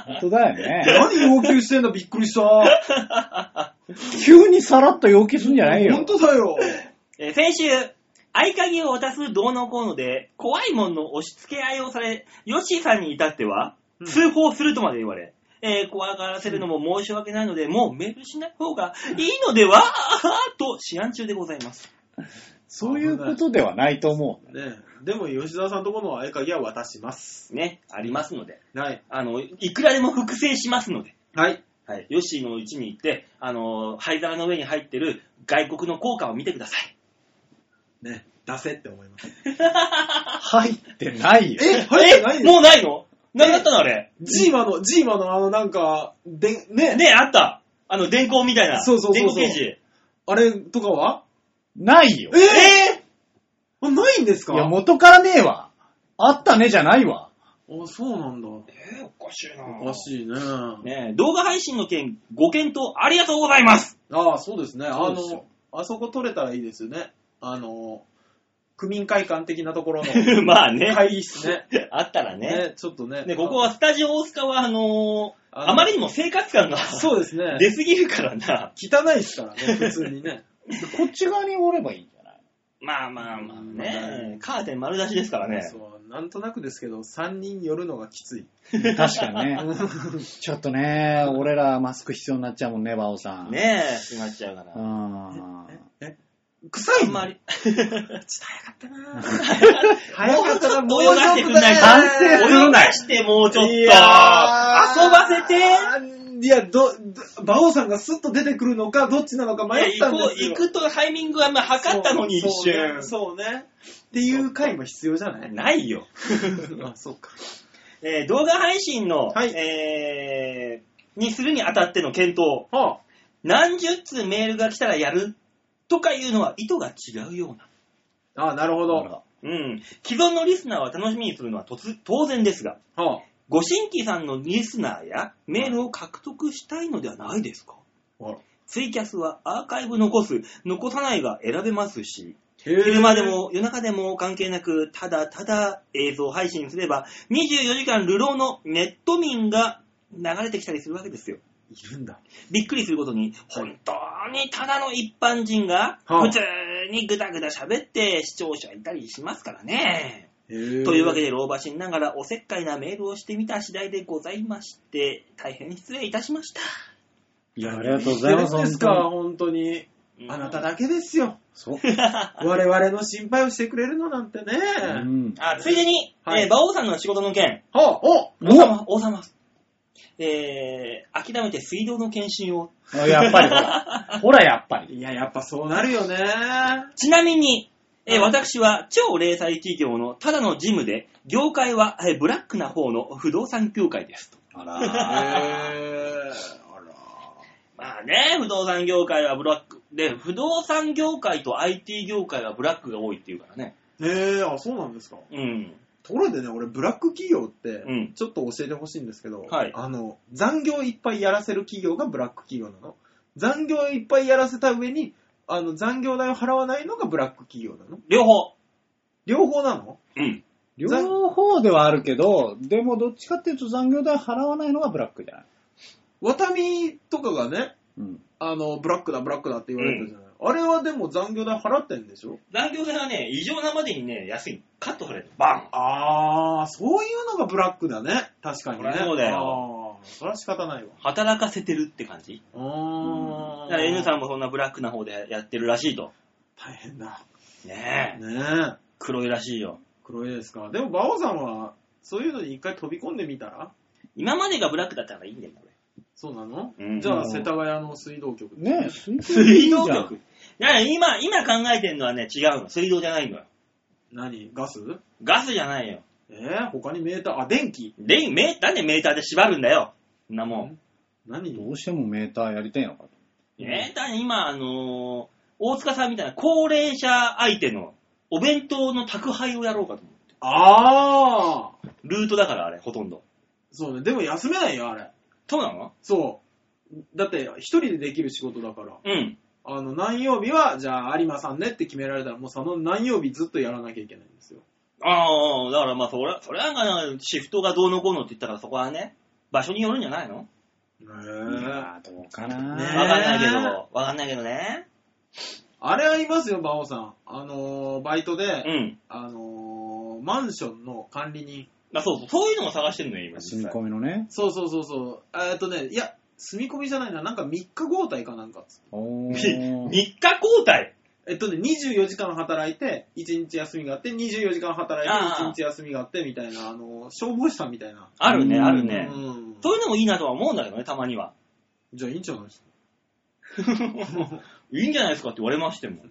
A: 本当だよね。
C: 何要求してんだ、びっくりした。
A: 急にさらっと要求するんじゃないよ。
C: 本当だよ。
B: えー先週、合鍵を渡すどうのこうので、怖いもんの押し付け合いをされ、ヨッシーさんに至っては、
C: うん
B: 通報するとまで言われ、えー怖がらせるのも申し訳ないので、もうメールしない方がいいのではと、思案中でございます。
A: そういうことではないと思う。
C: ねえでも吉沢さんとこの合鍵は渡します。
B: ね、ありますので、
C: はい。
B: あの、いくらでも複製しますので、
C: はい。
B: はい、ヨッシーの位置に行って、あの、灰皿の上に入ってる外国の効果を見てください。
C: ね、出せって思います。
A: 入ってないよ。
C: え、入ってない
B: もうないのなくなったのあれ。
C: ジーマの、ジーマのあのなんか、で、ね、
B: ねあった。あの、電光みたいな。
C: そうそうそうそう
B: 電光掲示。
C: あれとかは
A: ないよ。
C: えーあ、ないんですか
A: いや、元からねえわ。あったねじゃないわ。
C: あ、そうなんだ。お
B: えー、おかしいな
C: かしいね。
B: ねえ動画配信の件、ご検討ありがとうございます。
C: ああ、そうですね。あ
A: そうですよ
C: の、あそこ取れたらいいですよね。あの、区民会館的なところの
B: まあ ね、
C: 会議室ね。
B: あったらね。
C: ね、ちょっとね。
B: ね、ここはスタジオ大塚は、あのー
C: あの
B: あまりにも生活感が
C: あ。そうですね。
B: 出すぎるからな。
C: 汚いですからね、普通 にね。
A: こっち側におればいいんじゃない
B: まあまあまあ
C: まあ
B: ね、カーテン丸出しですからね。
C: そうなんとなくですけど、3人寄るのがき つい。
A: 確かにね。ちょっとね、俺らマスク必要になっちゃうもんね、バオさん。。
B: ねえ、しまっちゃう から。
A: う
B: あ
A: ん。
C: え臭い
B: んま
C: の
B: り。
C: 早 かったな、
B: も
C: も
B: う
C: う
B: ち
C: ち
B: ょ
C: ょ
B: っと泳がし
C: っと
B: てくんないか
A: 反省するな
B: 出して、もうちょっと。遊
C: いやー
B: ばせて。
C: いや、ど、ど馬王さんがスッと出てくるのか、どっちなのか迷
B: い
C: っ
B: や
C: た
B: 行
C: んで
B: こ
C: す
B: う
C: けど
B: 行。くとタイミングはまあ測ったのに一瞬。
C: そうね。そうねっていう回も必要じゃない
B: ないよ。
C: あ、そうか。
B: えー動画配信の、
C: はい
B: えーにするにあたっての検討。
C: は
B: 何十通メールが来たらやるとかいうのは意図が違うような。
C: あ、あなるほど。は
B: うん。既存のリスナーは楽しみにするのは突当然ですが、
C: あ。
B: ご新規さんのリスナーやメールを獲得したいのではないですか
C: あら
B: ツイキャスはアーカイブ残す、残さないが選べますし、
C: へー
B: 昼間で。も夜中でも関係なく、ただただ映像配信すれば、24時間流浪のネット民が流れてきたりするわけですよ。
C: いるんだ。
B: びっくりすることに、本当にただの一般人が、
C: はあ
B: 普通にぐだぐだ喋って視聴者いたりしますからね。
C: とい
B: というわけ
C: で。
B: で、老婆しながらおせっかいなメールをしてみた次第でございまして、大変失礼いたしました。
A: いや、ありがとうございます。
C: ですか、本当に。あなただけですよ。
A: 本当に。
C: 我々の心配をしてくれるのなんてね。
A: そう。うん。
B: あ、ついでに、
C: はい
B: えー馬王さんの仕事の件、
C: はあ、お
B: 王様、王様、えー、諦めて水道の検診を。
A: あやっぱりほら。ほら、やっぱり。
C: いや、やっぱそうなるよね。
B: ちなみに、えー
C: はい
B: 私は超零細企業のただの事務で、業界は、えーブラックな方の不動産業界ですと。
A: あ
C: へー
A: ら。
C: あら。
B: まあね、不動産業界はブラック。で、不動産業界と IT 業界はブラックが多いっていうからね。
C: へえ、あ、そうなんですか。
B: うん。
C: ところでね、俺、ブラック企業って
B: うん、
C: ちょっと教えてほしいんですけど、
B: はい
C: あの、残業いっぱいやらせる企業がブラック企業なの。残業いっぱいやらせた上に、あの、残業代を払わないのがブラック企業なの
B: 両方。
C: 両方なの
B: うん。
A: 両方ではあるけど、でもどっちかっていうと残業代払わないのがブラックじゃない。
C: ワタミとかがね、
A: うん。
C: あの、ブラックだ、ブラックだって言われたじゃない。あれはでも残業代払ってんでしょ
B: 残業代はね、異常なまでにね、安い。カットされる。バ
C: あー、そういうのがブラックだね。確かに
B: そり
C: ね。
B: ゃそうだよ
C: あー。それは仕方ないわ。
B: ン働かせてるって感じ。
C: あ
B: だ
C: ー。
B: から N さんもそんなブラックな方でやってるらしいと。
C: 大変だ。
B: ねえ。
C: ねえ。
B: 黒いらしいよ。
C: 黒いですか。でも、馬王さんは、そういうのに一回飛び込んでみたら
B: 今までがブラックだったからいいんだよ、こ
C: そうなの、
B: うん
C: じゃ
A: う
C: あ、
A: ん
C: 世田谷の水道局で
A: ねえ、水
B: れ。水道
A: じゃん
B: 局。いや、今、今考えてるのはね、違うの。水道じゃないのよ。
C: 何ガス
B: ガスじゃないよ。
C: えー、他にメーター、あ、電気
B: で、メなんでメーターで縛るんだよ。そんなもん。
C: 何
A: どうしてもメーターやりたいのかと。
C: うん
B: メーターに今、あのー大塚さんみたいな高齢者相手のお弁当の宅配をやろうかと思って。
C: あー
B: ルートだから、あれ、ほとんど。
C: そうね。でも休めないよ、あれ。
B: そうなの
C: そう。だって、一人でできる仕事だから。
B: うん。
C: あの、何曜日は、じゃあ、有馬さんねって決められたら、もうその何曜日ずっとやらなきゃいけないんですよ。
B: ああ、だからまあ、それ、それはなんかシフトがどうのこうのって言ったから、そこはね、場所によるんじゃないの
C: ねえ
A: いやーどうかな、
C: ねえ
B: わかんないけど、わかんないけどね。
C: あれありますよ、馬王さん。あのー、バイトで、
B: うん。
C: あのー、マンションの管理人。
B: まあ、そうそう、そういうのも探してるのよ、今。
A: 住み込
B: み。
A: みのね。
C: そうそうそうそう。えーっとね、いや、住み込みじゃないな。なんか3日交代かなんかっつって。
A: お
B: 3
A: ー
B: 日交代
C: えっとね、24時間働いて、1日休みがあって、24時間働いて、
B: ああ
C: 1日休みがあって、みたいな、あのー、消防士さんみたいな。
B: あるね、
A: うん
B: ある
C: う
B: ね。
C: ん。
B: そういうのもいいなとは思うんだけどね、たまには。
C: じゃあいいんじゃないですか。
B: いいんじゃないですかって言われましても。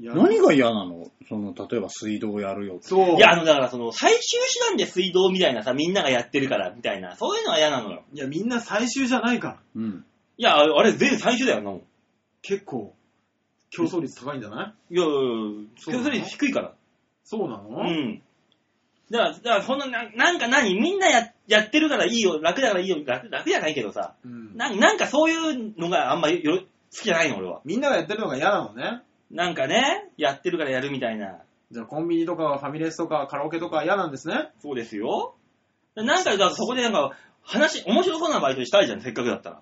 C: いや
A: 何が嫌なのその、例えば水道をやるよって。
C: そう。
B: いや、あの、だからその、最終手段で水道みたいなさ、みんながやってるから、みたいな、そういうのは嫌なのよ。
C: いや、みんな最終じゃないから。
A: うん。
B: いや、あれ全最終だよな、もう
C: 結構、競争率高いんじゃない
B: いやいやいや、
C: そうなの
B: それ低いから。
C: そうなの、
B: うん。だから、だからそんな、ななんか何みんなややってるからいいよ、楽だからいいよ、楽楽じゃないけどさ、
C: うん
B: なんなんかそういうのがあんまよよ好きじゃないの、俺は。
C: みんながやってるのが嫌なのね。
B: なんかね、やってるからやるみたいな。
C: じゃあコンビニとかファミレスとかカラオケとか嫌なんですね。
B: そうですよ。なんか、だからそこでなんか、話、面白そうなバイトしたいじゃん、せっかくだったら。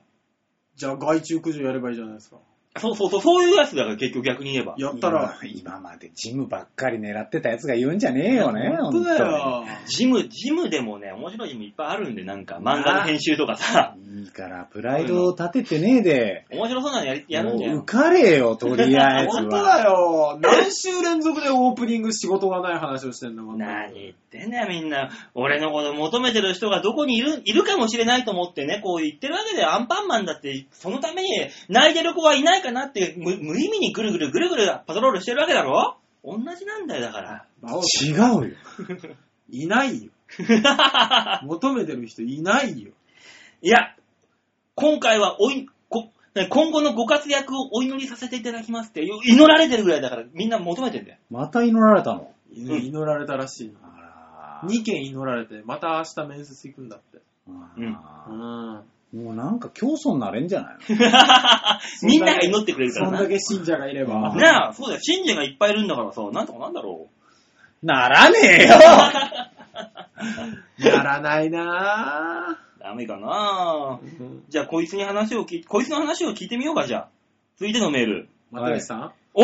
C: じゃあ外注駆除やればいいじゃないですか。
B: そうそうそう、そういうやつだから結局逆に言えば。
C: やったら、
A: 今今までジムばっかり狙ってたやつが言うんじゃねえよね、
C: 本当だよ。
B: ジム、ジムでもね、面白いジムいっぱいあるんで、なんか漫画の編集とかさ、
A: 本当にいいから、プライドを立ててねえで、
B: 面白そうなのやりやる
A: も
B: ん
A: う
B: じゃん
A: 受。かれよ、とりあえず
C: 本当
A: は。
C: だよ。何週連続でオープニング仕事がない話をしてんのか
B: 何言ってんだよみんな。俺のこと求めてる人がどこにいる、いるかもしれないと思ってね、こう言ってるわけでアンパンマンだって、そのために泣いてる子はいないかなって、無無意味にぐるぐるぐるぐるパトロールしてるわけだろ同じなんだよ、だから。
C: 馬王
A: 違うよ。
C: い ないよ。求めてる人いないよ。
B: いや、今回はおい、こね今後のご活躍をお祈りさせていただきますって祈られてるぐらいだからみんな求めてんだよ。
A: また祈られたの。
B: ん
C: 祈られたらしいな。
A: あら
C: 2件祈られて、また明日面接行くんだって。
A: あ
C: う
A: ー
C: ん。
A: もうなんか教祖になれんじゃないの
B: みんなが祈ってくれるか
C: そ
B: ら
C: ん
B: な。
C: だけ信者がいれ ば。
B: なあ、そうだよ。信者がいっぱいいるんだからさ、なんとかなんだろう。
A: ならねえよ
C: やらないな
B: ダメかな
C: ぁ。うん
B: じゃあ、こいつに話を聞い、こいつの話を聞いてみようか、じゃあ。続いてのメール。
C: 又吉さん
B: お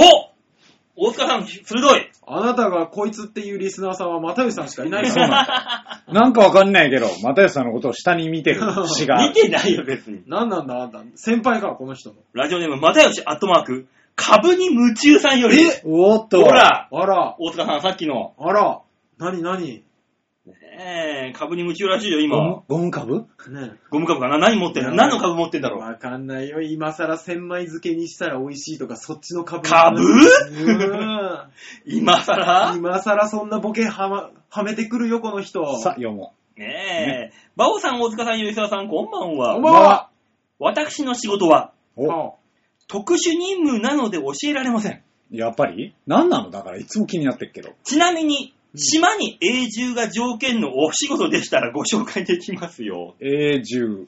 B: 大塚さん、鋭い。
C: あなたがこいつっていうリスナーさんは又吉さんしかいないです
A: そう
C: よ。
A: なんかわかんないけど、又吉さんのことを下に見てる節が
B: 見
A: ある。
B: てないよ、別に。
C: なんなんだあんた。先輩か、この人の。
B: ラジオネーム、またよし、アットマーク。株に夢中さんより。
A: おーっと。
B: ほら、
C: あら、
B: 大塚さん、さっきの。
C: あら、なになに
B: ねえ、株に夢中らしいよ、
A: ゴ
B: 今
A: ム。ゴム株
C: ね
B: ゴム株かな何持ってんの
C: うん
B: 何の株持ってんだ
C: え
B: ろう
C: わかんないよ。今更千枚漬けにしたら美味しいとか、そっちの株。
B: 株
C: うん
B: 今さら
C: 今更そんなボケはま、はめてくるよ、この人。
A: さ、読も
B: ねえ。バオさん、大塚さん、吉沢さん、こんばんは。
C: こんばんは。
B: 私の仕事は、
A: う。お、
C: あ
B: 特殊任務なので教えられません。
A: やっぱりなんなのだからいつも気になってるけど。
B: ちなみに、島に永住が条件のお仕事でしたらご紹介できますよ。
A: 永住。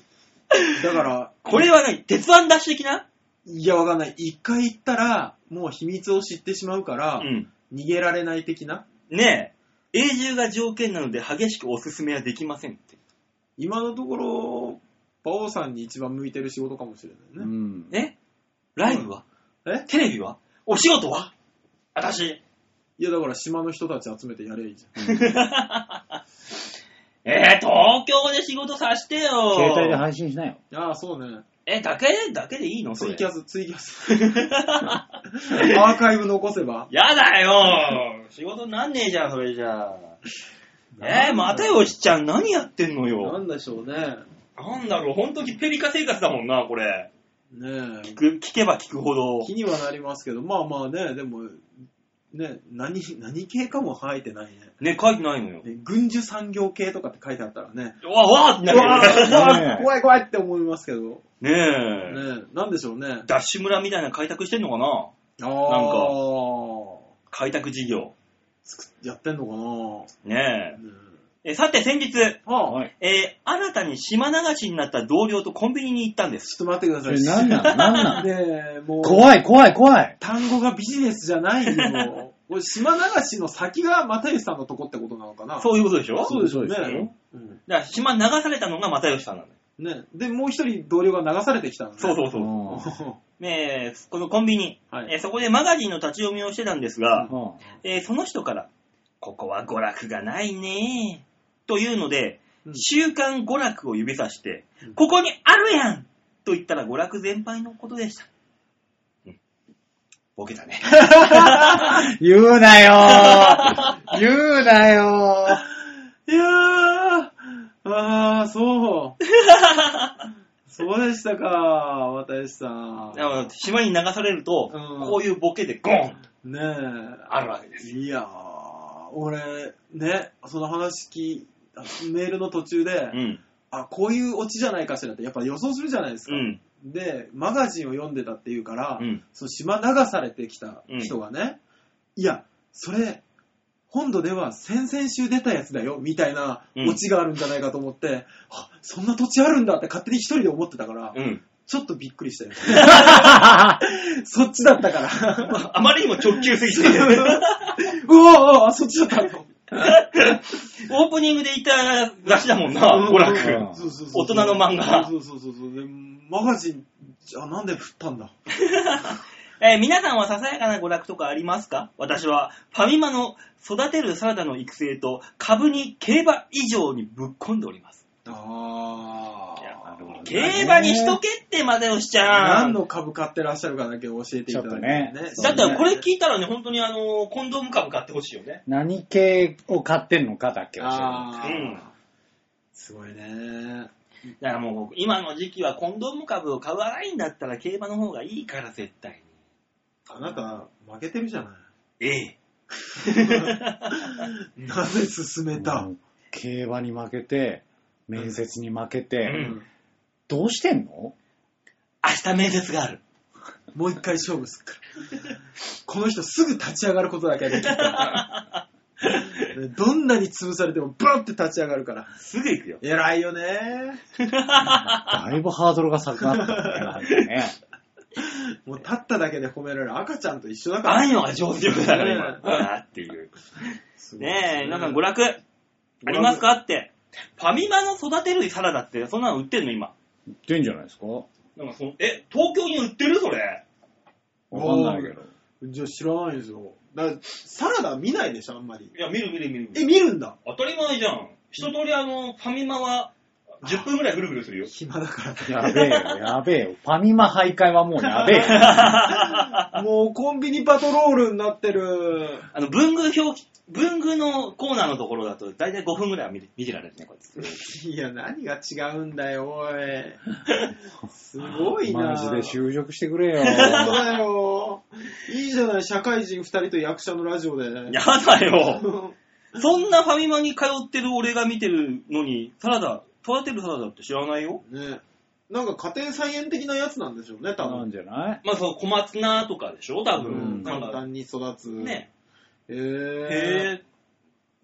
C: だから、
B: これはね、鉄腕ダッシュ的ない
C: や、わかんない。一回行ったら、もう秘密を知ってしまうから、
B: うん。
C: 逃げられない的な。
B: ねえ、永住が条件なので激しくおすすめはできませんって。
C: 今のところ、馬王さんに一番向いてる仕事かもしれ
A: う
C: ないね。
A: ん。
B: ねライブは、
C: え
B: テレビはお仕事は 私。
C: いや、だから島の人たち集めてやればいいじゃん。
B: えー、東京で仕事さしてよ。
A: 携帯で配信しなよ。
C: ああ、そうね。
B: え、だけ、だけでいいのそ
C: ツ
B: れ
C: イキャス、ツイキャス。 アーカイブ残せば。
B: やだよ仕事に なんねえじゃん、それじゃあ。えー、またよしちゃん、何やってんのよ。
C: なんでしょうね。
B: なんだろう、本当にペリカ生活だもんな、これ。
C: ね
B: 聞く聞けば聞くほど
C: え。気にはなりますけど、まあまあね、でも、ね、何、何系かも生えてないね。
B: ね、書いてないのよ。
C: ね軍需産業系とかって書いてあったらね、
B: うわ、うわーってな
C: うわ
B: るよね。
C: ー うわー怖い怖いって思いますけど、ね
B: ねえ
C: え、なんでしょうね。
B: ダッシュ村みたいな開拓してんのかな
C: あ
B: か
C: あ、
B: 開拓事業。
C: やってんのか
B: ね
C: な、ね
B: え。えさて、先日、
C: え、はあ、
A: はい。
B: えー新たに島流しになった同僚とコンビニに行ったんです。
C: ちょっと待ってくだ
A: そ
C: さい。
A: れなんなのなんなの
C: ねえ、もう、
A: 怖い怖い怖い。
C: 単語がビジネスじゃないよ。これ島流しの先が又吉さんのとこってことなのかな
B: そういうことでしょ
C: そうでしょうね
A: そうですよ。
C: うん
B: だから島流されたのが又吉さんなのよ。
C: ね、で、もう一人同僚が流されてきたのね。
B: そうそうそうう。
A: ん。
B: ねえ、このコンビニ、
C: はい
B: えーそこでマガジンの立ち読みをしてたんですが、
A: うん
B: えーその人から、ここは娯楽がないねというので、
C: うん
B: 週刊娯楽を指さして、
C: うん
B: ここにあるやんと言ったら娯楽全般のことでした。うんボケた ね。
A: 言うなよ ー言うなよー
C: いやー、あー、そう。そうでしたか、又吉さん。
B: なので島に流されると、
C: うん
B: こういうボケでゴン
C: ね
B: あるわけで
C: え、
B: す。
C: いやー、俺、ね、その話聞いあメールの途中で、
B: うん。
C: あ、こういうオチじゃないかしらって、やっぱ予想するじゃないです
B: う
C: か。
B: ん。
C: で、マガジンを読んでたっていうから、
B: うん。
C: その島流されてきた人がね、いや、それ、本土では先々週出たやつだよ、みたいな
B: うん
C: オチがあるんじゃないかと思って、あそんな土地あるんだって勝手に一人で思ってたから、
B: うん。
C: ちょっとびっくりしたよ。 そっちだったから。
B: あまりにも直球すぎ て。
C: うわあ、そっちだったの。
B: オープニングで言ったらしだもんな、
C: うん
B: 娯
C: う
B: 楽。
C: んそうそうそう
B: 大人の漫画
C: そうそうそうそう。でマガジンじゃあなんで降ったんだ
B: えー皆さんはささやかな娯楽とかありますか私はファミマの育てるサラダの育成と株に競馬以上にぶっ込んでおります。
C: あ
B: いやな
A: るほどね
B: 競馬にしとけってまでをしちゃ
C: 何
B: う。
C: の株買ってらっしゃるかだけ教えていただいて、ね
A: ちょっとね
B: だったらこれ
C: き
B: 聞いたらね、本当にあの、コンドーム株買ってほしいよね。
A: 何系を買ってんのかだけ教えて
C: あー、
B: うん
C: すごいね。
B: だからもう僕今の時期はコンドーム株を買わないんだったら競馬の方がいいから絶対
C: あなた、負けてるじゃな
B: に。ええ。
C: い。 なぜ進めた、
A: もう競馬に負けて、面接に負けて、
B: うん
A: どうしてんの
B: 明日面接がある。
C: もう一回勝負すっから。この人すぐ立ち上がることだけはできる から。どんなに潰されてもブロって立ち上がるから。
B: すぐ行くよ。
C: 偉いよね。
A: だいぶハードルが下がったねなんかね。
C: もう立っただけで褒められる赤ちゃんと一緒だから。
B: あんよが上手力だから
C: ね
B: 今。わーっていう。
C: すごいです
B: ねえ、皆さん娯楽ありますかって。ファミマの育てるサラダって、そんなの売ってんの今。
A: 言ってんじゃないですかわ
B: なんかそのえ、東京に売ってるそれ。
A: かんないけど。
C: じゃあ知らないですよ。だからサラダ見ないでしょ、あんまり。
B: いや、見る見る見る見
C: え、
B: る。
C: 見るんだ。
B: 当たり前じゃん。一通りあの、ファミマは10分ぐらいぐるぐるするよ。
C: 暇だか
A: やべえよ、やべえよ。ファミマ徘徊はもうやべえよ。
C: ら。もうコンビニパトロールになってる。
B: あの、文具表記、文具のコーナーのところだと、だいたい5分ぐらいは見て見てられるね、こいつ。
C: いや、何が違うんだよ、おい。すごいな。
A: マジで就職してくれ よ。
C: 本当だよ。いいじゃない、社会人二人と役者のラジオで。
B: やだよ。そんなファミマに通ってる俺が見てるのに、サラダ、育てるサラダって知らないよ。
C: ね。なんか家庭菜園的なやつなんでしょうね、多
A: なん
C: 分。
A: じゃない
B: まあ、その小松菜とかでしょ、多分。
A: うん
B: なん
C: 簡
B: か、
C: 単に育つ。。
B: ね。
C: え
B: へ
C: ー、
B: え。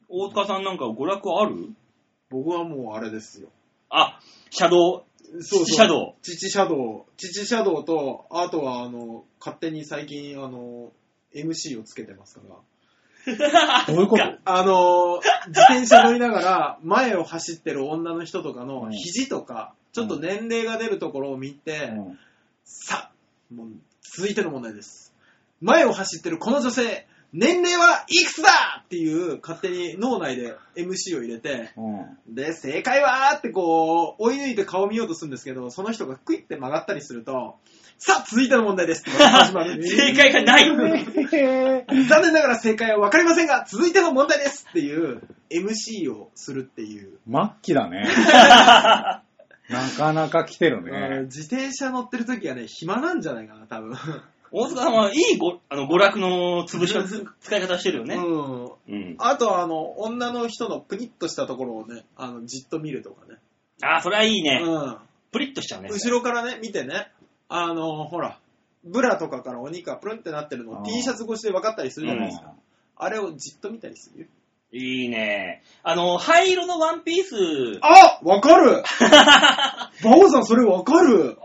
B: 大塚さんなんか娯楽ある
C: 僕はもうあれですよ。
B: あ、シャドウ。父シャドウ。
C: 父シャドウ。父シャドウと、あとは、あの、勝手に最近、あの、MC をつけてますから。
A: どういうこと
C: あのー、自転車乗りながら、前を走ってる女の人とか
A: う
C: の
A: ん
C: 肘とか、ちょっと年齢が出るところを見て、
A: うん
C: さあ、もう、続いての問題です。前を走ってるこの女性、年齢はいくつだっていう、勝手に脳内で MC を入れて、
A: うん
C: で、正解はーってこう、追い抜いて顔見ようとするんですけど、その人がクイって曲がったりすると、さあ、続いての問題ですって始ま る。
B: 正解がない。
A: へえ
C: 残念ながら正解は分かりませんが、続いての問題ですっていう MC をするっていう。
A: 末期 だね。なかなか来てる
C: あの
A: ね。
C: 自転車乗ってる時はね、暇なんじゃないかな、多分。
B: 大塚さんはいいごあの娯楽の潰し方、使い方してるよね。
C: うん。
B: うん。
C: あとは、あの、女の人のプニッとしたところをね、あの、じっと見るとかね。
B: あ、それはいいね。
C: うん。
B: プリッとしちゃうね。
C: 後ろからね、見てね、あの、ほら、ブラとかからお肉がプルンってなってるのを
A: あー
C: T シャツ越しで分かったりするじゃないです
A: う
C: か
A: ん。
C: あれをじっと見たりするよ。
B: いいね。あの、灰色のワンピース。あ
C: あ分かる バオさん、それ分かる
B: れは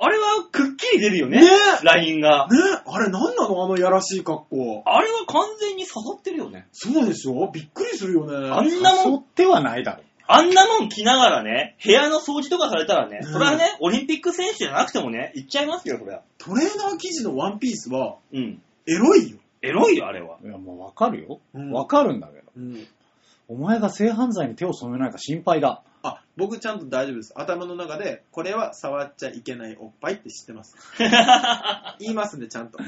B: くっきり出るよね
C: ね。
B: ラインが。
C: ねあれ何なのあのやらしい格好。
B: あれは完全に刺さってるよね。
C: そうでしょびっくりするよね。
B: あんなも
A: 誘
B: ん、
A: ってはないだろ。
B: あんなもん着ながらね、部屋の掃除とかされたらね、
C: うん
B: それはね、オリンピック選手じゃなくてもね、行っちゃいますよ、そりゃ。
C: トレーナー生地のワンピースは、
B: うん。
C: エロいよ。
B: エロいよ、あれは。
A: いや、もうわかるよ。
C: うん
A: わかるんだけど。
C: うん。
A: お前が性犯罪に手を染めないか心配だ。
C: あ、僕ちゃんと大丈夫です。頭の中で、これは触っちゃいけないおっぱいって知っ てます。言いますんで、ちゃんと。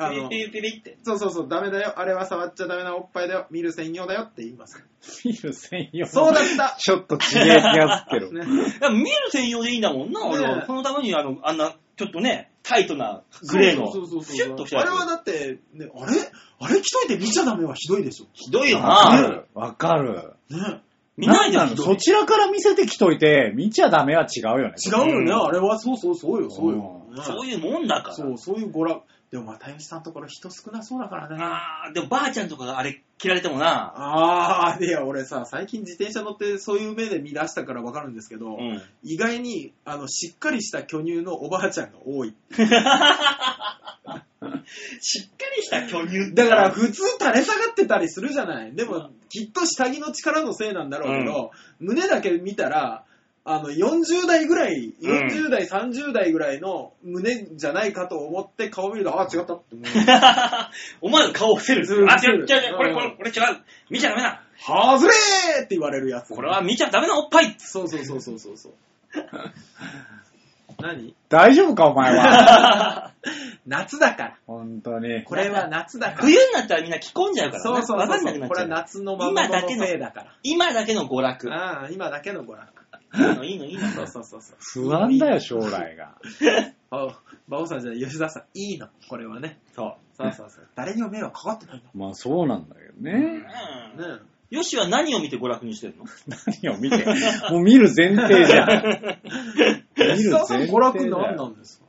C: あ
B: ピリ
C: の
B: ピ、リピリって。
C: そうそうそう、ダメだよ。あれは触っちゃダメなおっぱいだよ。見る専用だよって言 います。
A: 見る専用。
C: そうだった
A: ちょっとちげえ気が つくけど。
C: ね、
B: いや見る専用でいいんだもんな、俺
C: ね
B: は。
C: え
B: そのために、あの、あんな、ちょっとね、タイトなグレーの、シ
C: そうそうそう
B: ュッ
C: そ
B: と
C: う
B: し
C: そ
B: た
C: う。あ
B: や
C: れは
B: つ。
C: だって、ね、あれあれ着といて見ちゃダメはひどいでし
B: ひどいよ
A: わか
B: な
A: る。わかる。
C: ょ。ね。
B: 見ないで
A: ん
B: ひ
A: の
B: ど
A: そ
B: い。
A: ちらから見せてきといて、見ちゃダメは違うよね。
C: 違うよね、
B: うん
C: あれは。そうそうそうよ、そうよ。ね
B: そういうもんだから。
C: そう、そういう娯楽。でも、又吉さんのところ人少なそうだからね。
B: ああ、でもばあちゃんとかがあれ着られてもな。
C: あー、いや、俺さ、最近自転車乗ってそういう目で見出したからわかるんですけ
B: う
C: ど、
B: ん。
C: 意外に、あの、しっかりした巨乳のおばあちゃんが多い。
B: しっかりした巨乳って
C: だから、、普通垂れ下がってたりするじゃない。でも、きっと下着の力のせいなんだろうけど、胸だけ見たら、あの、40代ぐらい、
B: うん
C: 40代、30代ぐらいの胸じゃないかと思って顔見ると、あ、違ったっ て思う。
B: 思わず顔を伏せる
C: う。ん
B: あ、
C: 伏せ
B: 違う違う違
C: る
B: う、これ、これ、これ違う。見ちゃダメだ。
C: はずれーって言われるやつ。
B: これは見ちゃダメなおっぱい。
C: そうそうそうそうそうそう。何
A: 大丈夫か、お 前は。
C: 夏だから。
A: 本当に。
C: これは夏だから。
B: 冬になったらみんな着込んじゃうから、ね。
C: そうそう
B: わかん
C: そ
B: なく
C: うそ
B: な
C: う。
B: っ
C: こ
B: ち
C: れ
B: ゃ
C: は
B: う。
C: 夏の魔物のせいだから。
B: 今だけの娯楽。
C: ああ、今だけの娯楽。
B: いいの、いいの、いいの。
C: そうそうそうそう。
A: 不安だよ、将来が。
C: あ馬王さんじゃない、吉田さん、いいの。これはね。
B: そう。
C: そうそうそう。誰にも迷惑かかってない
A: まあそうなんだけど
B: う
A: ね。
B: ん。
C: の。ね
B: よしは何を見て娯楽にしてるの
A: 何を見て。もう見る前提じゃん。
C: え。
A: 見
C: 吉
A: る
C: 田
A: 前
C: さん、
A: 提
C: 娯楽
A: だ
C: 何な
A: よ。
C: んですか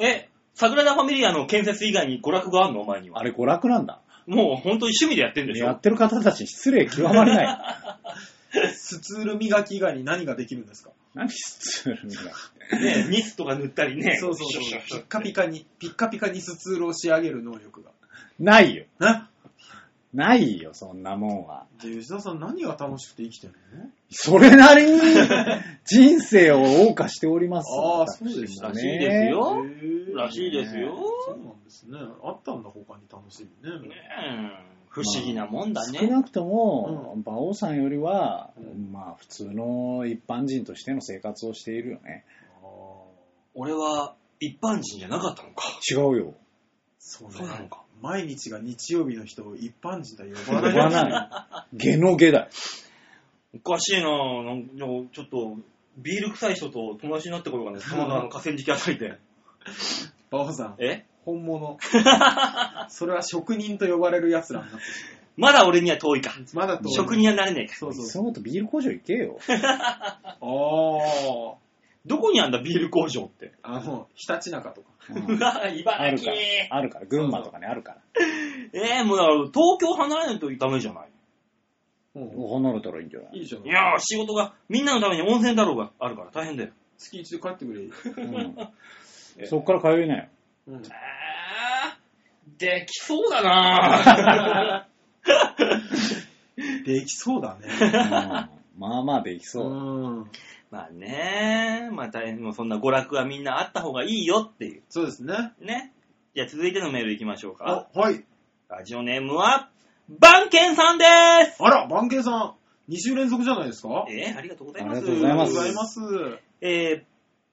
B: え、サグラダ・ファミリアの建設以外に娯楽があるのお前には。
A: あれ娯楽なんだ。
B: もう本当に趣味でやってんでし
A: や
B: ょ
A: っ。てる方たちに失礼極まりない。
C: スツール磨き以外に何ができるんですか
A: 何失礼な。
B: ね、ニスとか塗ったりね。
C: そうそう
B: シ
C: そ
B: ュッ。
C: う
B: シュッシ
C: ピ
B: ュッ
C: ッカピカに、ピッカピカにスツールを仕上げる能力が。
A: ないよ。
C: ね
A: ないよ、そんなもんは。
C: で、吉田さん何が楽しくて生きてるの
A: それなりに人生を謳歌しております。
C: ああそうでした
A: 私も
B: らしいですよ。
C: へー
B: らしいですよ。
C: そうなんですね。あったんだ、他に楽しみね。
B: ねえ不思議なもんだ
A: 少
B: ね。
A: なくとも、馬王さんよりは、まあ普通の一般人としての生活をしているよね。
C: あー
B: 俺は一般人じゃなかったのか。
A: 違うよ。
C: そう
B: そうなの
C: ね。
B: か。
C: 毎日が日曜日の人を一般人とは呼
A: 呼
C: ばない。
A: ばない。ゲのゲだよ。
B: おかしいなぁ。なんかちょっと、ビール臭い人と友達になったことがね、そのあの河川敷あたりで。
C: バオさん、
B: え
C: 本物。それは職人と呼ばれる奴らになってし
B: まだ俺には遠いか。
C: まうまだと。
B: 職。人はなれねえか。
C: そう
A: いっ
C: そう。
A: そのことビール工場行けよ。
C: ああ。
B: どこにあんだビール工場って。
C: あの、ひたちなかとか。
A: うん
B: うわぁ、
A: あ
B: 茨
A: るか
B: 城
A: ら。あるから。群馬とかね、あるから。
B: えー、もうだから東京離れないとダメじゃない。
C: うん
A: 離れたらいいんじゃない
C: いいじゃん。
B: いやー仕事が、みんなのために温泉だろうがあるから大変だよ。
C: 月一で帰ってくれ。
A: うんそっから通えないよ。
C: うん
B: えー、できそうだなぁ。
C: できそうだね。
A: うんまあまあできそう。
C: うん。
B: まあねまあ大変、もうそんな娯楽はみんなあった方がいいよっていう。
C: そうですね。
B: ね。じゃあ続いてのメールいきましょうか。
C: あ、はい。
B: ラジオネームは、バンケンさんです
C: あら、番犬さん、2週連続じゃないですか
B: えー、ありがとうございます。
A: ありがとうございま
C: ありが
A: す
C: とうございます。
B: えー、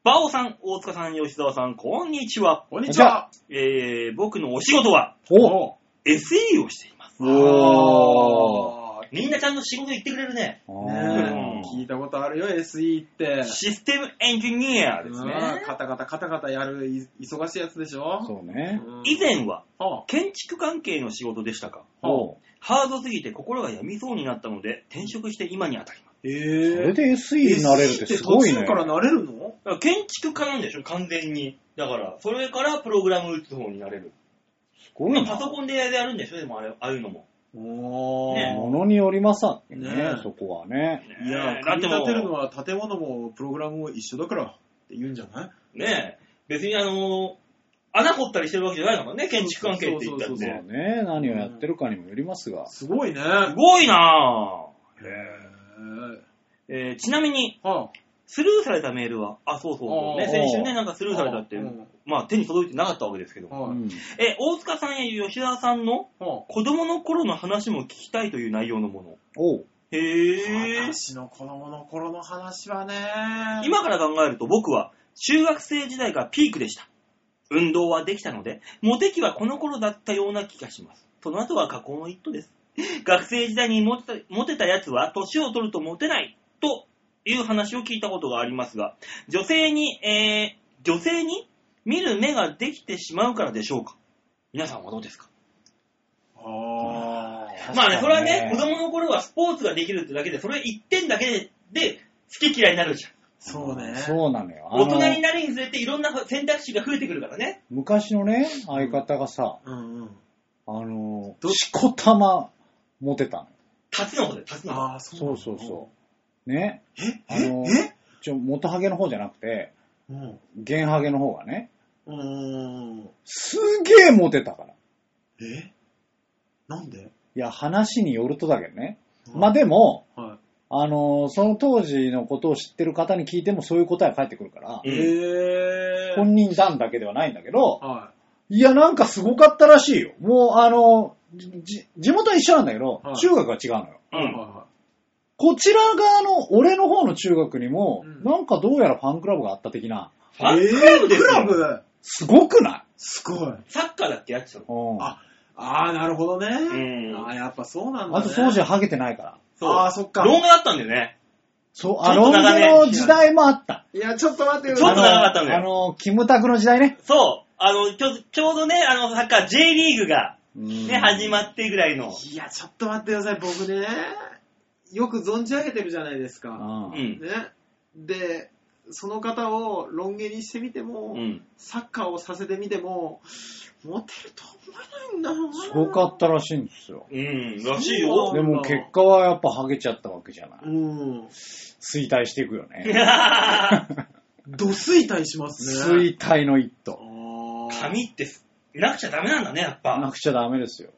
B: バオさん、大塚さん、吉沢さん、こんにちは。
C: こんにちは。
B: えー、僕のお仕事は、
A: お
B: SE をしています。
A: お
C: おー
B: みんなちゃんと仕事行ってくれるね。
C: ねえ
A: あー
C: 聞いたことあるよ、SE って。
B: システムエンジニアです
C: うん
B: ね。
C: カタカタカタカタやるい忙しいやつでしょ
A: そうね。
C: うん
B: 以前は
C: あ
B: 建築関係の仕事でしたが、
A: おう
B: ハードすぎて心が病みそうになったので、転職して今に当たります。
C: え
A: それ
C: ー、
A: で SE になれるってすごい
C: SE っ
A: ね
C: て。途中からなれるの
B: だから建築家なんでしょ、完全に。だから、それからプログラム打つ方になれる。
A: すごい
B: パ
A: な
B: ソ。コンでやるんでしょ、でもあれああいうのも。
C: おー。
B: ね
A: ものによりますわね
C: ねえ
A: そこはね。
C: いや
B: ね、えだ
C: 組
B: って
C: み立てるの
B: も、
C: は建物もプログラムも一緒だからって言うんじゃないう
B: ねえ、別にあの、穴掘ったりしてるわけじゃないからね、建築関係って言った
C: そう
B: っ
A: そう
B: て。
A: ね。何をやってるかにもよりますが。
C: すごいね。
B: すごいなぁ。
C: へー。
B: えーちなみに、
C: はあ、
B: スルーされたメールは、あ、そうそうそう、ね、
A: あー
B: 先週ね、なんかスルーされたって
C: うんは
B: まあ手に届いてなかったわけですけど
C: あ、
B: も。
A: う
C: は
A: ん
B: え、大塚さんや吉田さんの
C: あ、
B: 子供の頃の話も聞きたいという内容のもの。
A: おう
B: へぇー。
C: 私の子供の頃の話はね、
B: 今から考えると僕は中学生時代がピークでした。運動はできたので、モテ期はこの頃だったような気がします。その後は加工の一途です。学生時代にモテたモテたやつは年を取るとモテないという話を聞いたことがありますが、女性に、えー、女性に見る目ができてしまうからでしょうか皆さんはどうですか
C: ああ、
B: まあね、それはね、子
A: 確かに
B: 供の頃はスポーツができるってだけで、それ一点だけで、で好き嫌いになるじゃん。
C: そうね。
A: そうなのよ。あ
B: 大
A: の
B: 人になるにつれていろんな選択肢が増えてくるからね。
A: 昔のね、相方がさ、
C: うんうん。
A: あの
C: ど、
A: しこたま持てたの。
B: 立つの方で、立つの方。
C: ああ、そうな
A: そ
C: の
A: うそうそう。ね。
C: え
A: あの
C: え
A: ちょ、元ハゲの方じゃなくて、
C: うん。
A: ゲンハゲの方がね、
C: うーん。
A: すげえモテたから。
C: えなんで
A: いや、話によるとだけどね。
C: うん
A: まあでも、
C: は
A: あの、その当時のことを知ってる方に聞いてもそういう答えが返ってくるから、
B: うん
C: へー。
A: 本人談だけではないんだけど、
C: はい
A: や、なんかすごかったらしいよ。もう、あの、じ地元は一緒なんだけど
C: は、い
A: 中学は違うのよ。
C: い。
B: う
C: はい
B: ん。
C: は
A: こちら側の、俺の方の中学にも、
C: うん
A: なんかどうやらファンクラブがあった的な、
B: フ
C: いは
B: ァ
C: い。
B: ンクラブです
C: えーク
B: よ。
C: ラブ
A: すごくない
C: すごい。
B: サッカーだっけやってたの。
A: うん。
C: あああ、なるほどね。
B: ん
C: ああ、やっぱそうなんだ、ね。
A: あと当時はハゲてないから。
B: そう
C: ああ、そっか。
B: 動画だったんだよね。
A: そう、
B: ちょ
A: あ
B: っと
A: の、
B: 長年
A: の時代もあった。
C: いや、ちょっと待ってよ。
B: ちょっと長かったのよ
A: あの、キムタクの時代ね。
B: そう。あの、ちょちょうどね、あの、サッカー J リーグがね、
A: ね
B: 始まってぐらいの。
C: いや、ちょっと待ってください。僕ね、よく存じ上げてるじゃないですか。
B: う
A: う
B: ん。
A: ん。
C: ね。で、その方をロン毛にしてみても、
B: うん。
C: サッカーをさせてみても、モテると思えないんだ
A: すごかったらしいんですよ。
B: うん。らしいよ。
A: でも結果はやっぱハゲちゃったわけじゃない。
C: うん。
A: 衰退していくよね。
C: ど衰退しますね。
A: 衰退の一
C: あ
A: 途。
C: ー
B: 髪ってす、なくちゃダメなんだね、やっ
A: な
B: ぱ。
A: くちゃダメですよ。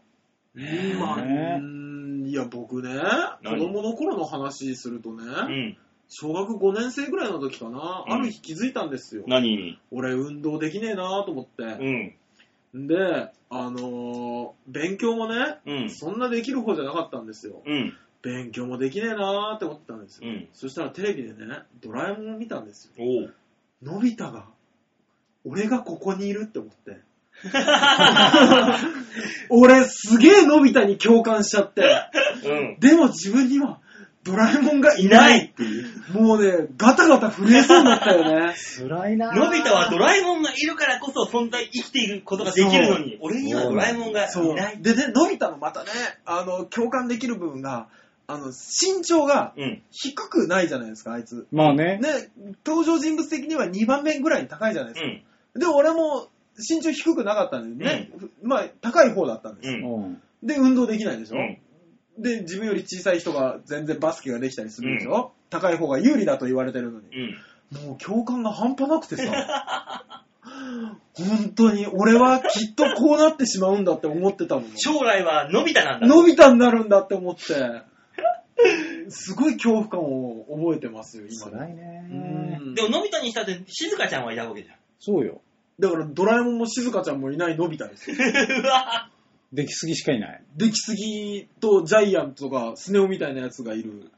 C: うんまあ、
A: ね
C: うんいや、僕ね、子
B: 何
C: 供の頃の話するとね、
B: うん。
C: 小学5年生ぐらいの時かな、
B: うん
C: ある日気づいたんですよ。
B: 何に
C: 俺、運動できねえなと思って。
B: うん。
C: で、あのー勉強もね、
B: うん。
C: そんなできる方じゃなかったんですよ。
B: うん。
C: 勉強もできねえなーって思ってたんです
B: う
C: よ。
B: ん。
C: そしたらテレビでね、ドラえもんを見たんですよ。
B: おう。
C: のび太が、俺がここにいるって思 って。俺すげえのび太に共感しちゃって。
B: うん。
C: でも自分にはドラえもんがいない
B: っていう。
C: もうね、ガタガタ震えそうになったよね。
A: 辛いな
B: のび太はドラえもんがいるからこそ存在、生きていることができるのに、俺にはドラえもんが
C: そ。
B: いうない。
C: でね、のび太のまたね、あの、共感できる部分が、あの、身長が
B: うん。
C: 低くないじゃないですか、あいつ。
A: まあね。
C: ね、登場人物的には2番目ぐらいに高いじゃないです
B: う
C: か。
B: ん。
C: で、俺も身長低くなかったんでね、まあ、高い方だったんです
B: う
C: よ。
B: ん。
A: うん。
C: で、運動できないでしょ、
B: うん
C: で、自分より小さい人が全然バスケができたりするでしょ、高い方が有利だと言われてるのに。
B: うん。
C: もう共感が半端なくてさ。本当に、俺はきっとこうなってしまうんだって思ってた もん。
B: 将来はのび太なんだ。
C: 伸びたになるんだって思って、すごい恐怖感を覚えてますよ、今ね。
A: 辛いね。
C: うん
B: でものび太にしたって、静香ちゃんはいたわけじゃん。
A: そうよ。
C: だからドラえもんも静香ちゃんもいないのび太ですよ。
B: うわ
A: できすぎしか いない。
C: 出来すぎとジャイアンとかスネ夫みたいなやつがいる。